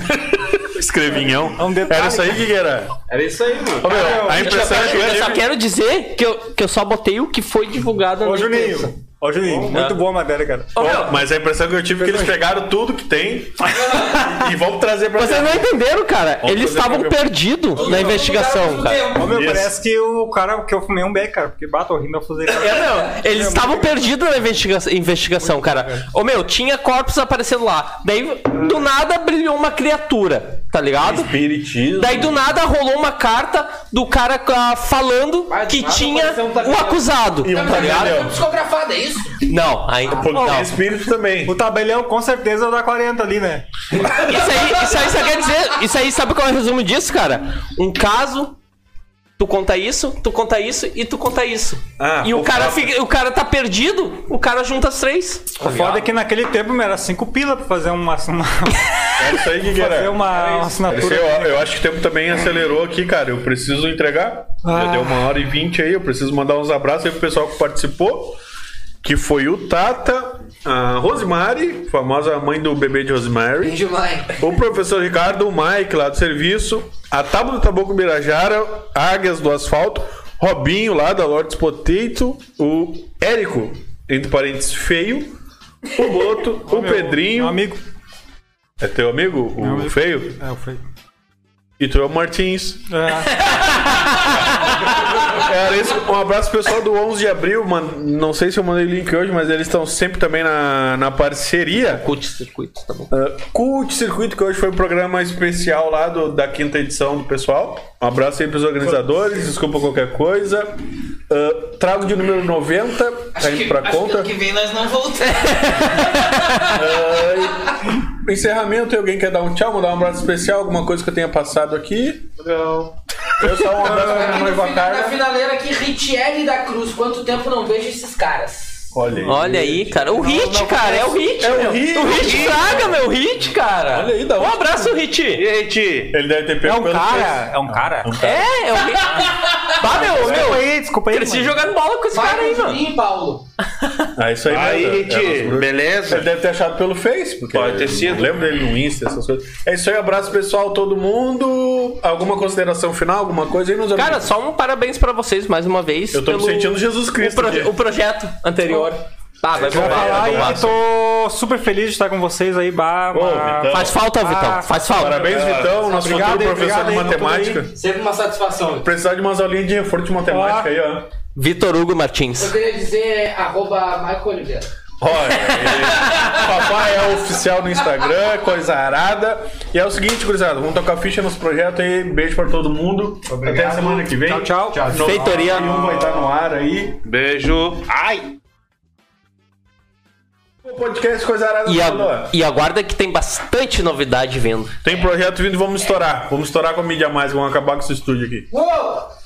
Escrevinhão.
É um detalhe,
Era isso aí, Guigueira.
Era isso aí, mano.
Ô, meu, a impressão é que
Eu só quero dizer que eu, que eu só botei o que foi divulgado
Ô,
na imprensa.
Juninho. Ô, Juninho, muito boa a matéria, cara.
Ô,
Ó,
meu,
mas a impressão que eu tive é que eles pegaram tudo que tem e vão trazer pra
Vocês
cá.
não entenderam, cara.
Vamos
Eles
fazer
estavam
programa.
perdidos na investigação, cara.
Ô, meu,
Isso.
parece que o cara que eu fumei um beck, cara, porque bato o rim, eu fuzei.
É, não, eles estavam perdidos na investiga- investigação, cara. Ô meu, tinha corpos aparecendo lá. Daí, do nada, brilhou uma criatura, tá ligado?
Espiritismo.
Daí, do nada, rolou uma carta do cara ah, falando
Mas
que
nada
tinha
apareceu um tabelião.
o acusado,
E um
tá ligado?
tabelião.
Foi psicografada, é isso?
Não, ainda.
Porque
não.
tem espírito também.
O tabelião com certeza é o da 40 ali, né?
Isso aí, isso aí só quer dizer. Isso aí, sabe qual é o resumo disso, cara? Um caso. Tu conta isso, tu conta isso e tu conta isso.
Ah,
e o
o
cara,
Rafa.
fica, o cara tá perdido, o cara junta as três.
O foda é que naquele tempo meu, era 5 pila pra fazer uma, uma,
É isso aí,
fazer
Guigueira.
uma
Esse Eu,
assinatura.
eu acho que o tempo também acelerou aqui, cara. Eu preciso entregar. Já
Ah.
deu uma hora e vinte aí. Eu preciso mandar uns abraços aí pro pessoal que participou. Que foi o Tata, a Rosemary, famosa mãe do bebê de Rosemary.
Beijo, mãe.
O professor Ricardo, o Mike lá do serviço, a Tábua do Taboco Birajara, Águias do Asfalto, Robinho lá da Lordes Potato, o Érico, entre parênteses, feio, o Boto, o
Meu-
Pedrinho.
Meu amigo.
É teu amigo, o
amigo.
feio?
É, o feio.
E tu é o Martins.
É,
Era isso. Um abraço pro pessoal do 11 de abril, mano. Não sei se eu mandei o link hoje, mas eles estão sempre também na, na parceria.
Curte circuito, tá bom?
Uh, Cult Circuito, que hoje foi um programa especial lá do- da quinta edição do pessoal. Um abraço aí pros organizadores, desculpa qualquer coisa. Uh, trago de número 90, tá indo pra
acho que
conta.
ano que vem nós não voltamos.
Encerramento, e alguém quer dar um tchau, mandar um abraço especial, alguma coisa que eu tenha passado aqui?
Não.
Eu só um abraço pra minha
Aqui no
noiva
final- na
Carla.
finaleira aqui, Ritieri da Cruz. Quanto tempo não vejo esses caras?
Olha aí.
Olha aí, cara. O Hit, cara. É o Hit.
É o
meu.
Hit,
O Hit
Hit.
Fraga, meu. O Hit, cara.
Olha aí, da
Um
onde?
abraço, Hit.
E aí, Ti?
Ele deve ter
é
pego
um
pelo
cara. É um cara?
É, é o Hit. Bah, meu,
Desculpa
meu.
aí, desculpa aí.
Cresci
mano.
jogando bola com esse cara
Vai
aí,
com o
mano.
Juninho, Paulo.
Ah, isso aí,
Aí,
mesmo, é-
Ti,
é nosso grupo.
beleza?
Ele deve ter achado pelo Face, porque
Pode ter
eu
sido.
Lembro dele no Insta, essas coisas. É isso aí, abraço pessoal, todo mundo. Alguma consideração final, alguma coisa aí nos
Cara,
amigos?
só um parabéns pra vocês mais uma vez.
eu tô me sentindo Jesus
o,
Cristo.
proje-
aqui. Então,
o projeto anterior. Tá, vai
Vou
bombar,
falar
vai
aí
bombar.
que tô super feliz de estar com vocês aí. Bah,
Ô,
bah.
Vitão.
Faz falta, Vitão. Faz falta.
então. Ah, Parabéns, Vitão, nosso
Obrigado
futuro
aí,
professor
obrigado
de
aí, tudo
matemática.
Sempre uma satisfação.
Precisar de umas aulinhas de reforço de matemática
Ó.
aí, ó.
Vitor Hugo Martins.
Eu queria dizer é, arroba Michael Oliveira.
Olha, ele- papai é oficial no Instagram, coisa arada. E é o seguinte, gurizada, vamos tocar ficha nos projetos aí. Beijo pra todo mundo. Até a semana que vem.
Tchau, tchau.
No-
Feitoria.
E um vai estar no ar aí.
Beijo. Ai!
O podcast Coisa Arada
E,
falou.
a- e aguarda que tem bastante novidade vindo.
Tem projeto vindo, vamos estourar. Vamos estourar com a mídia mais, vamos acabar com esse estúdio aqui.
Uou!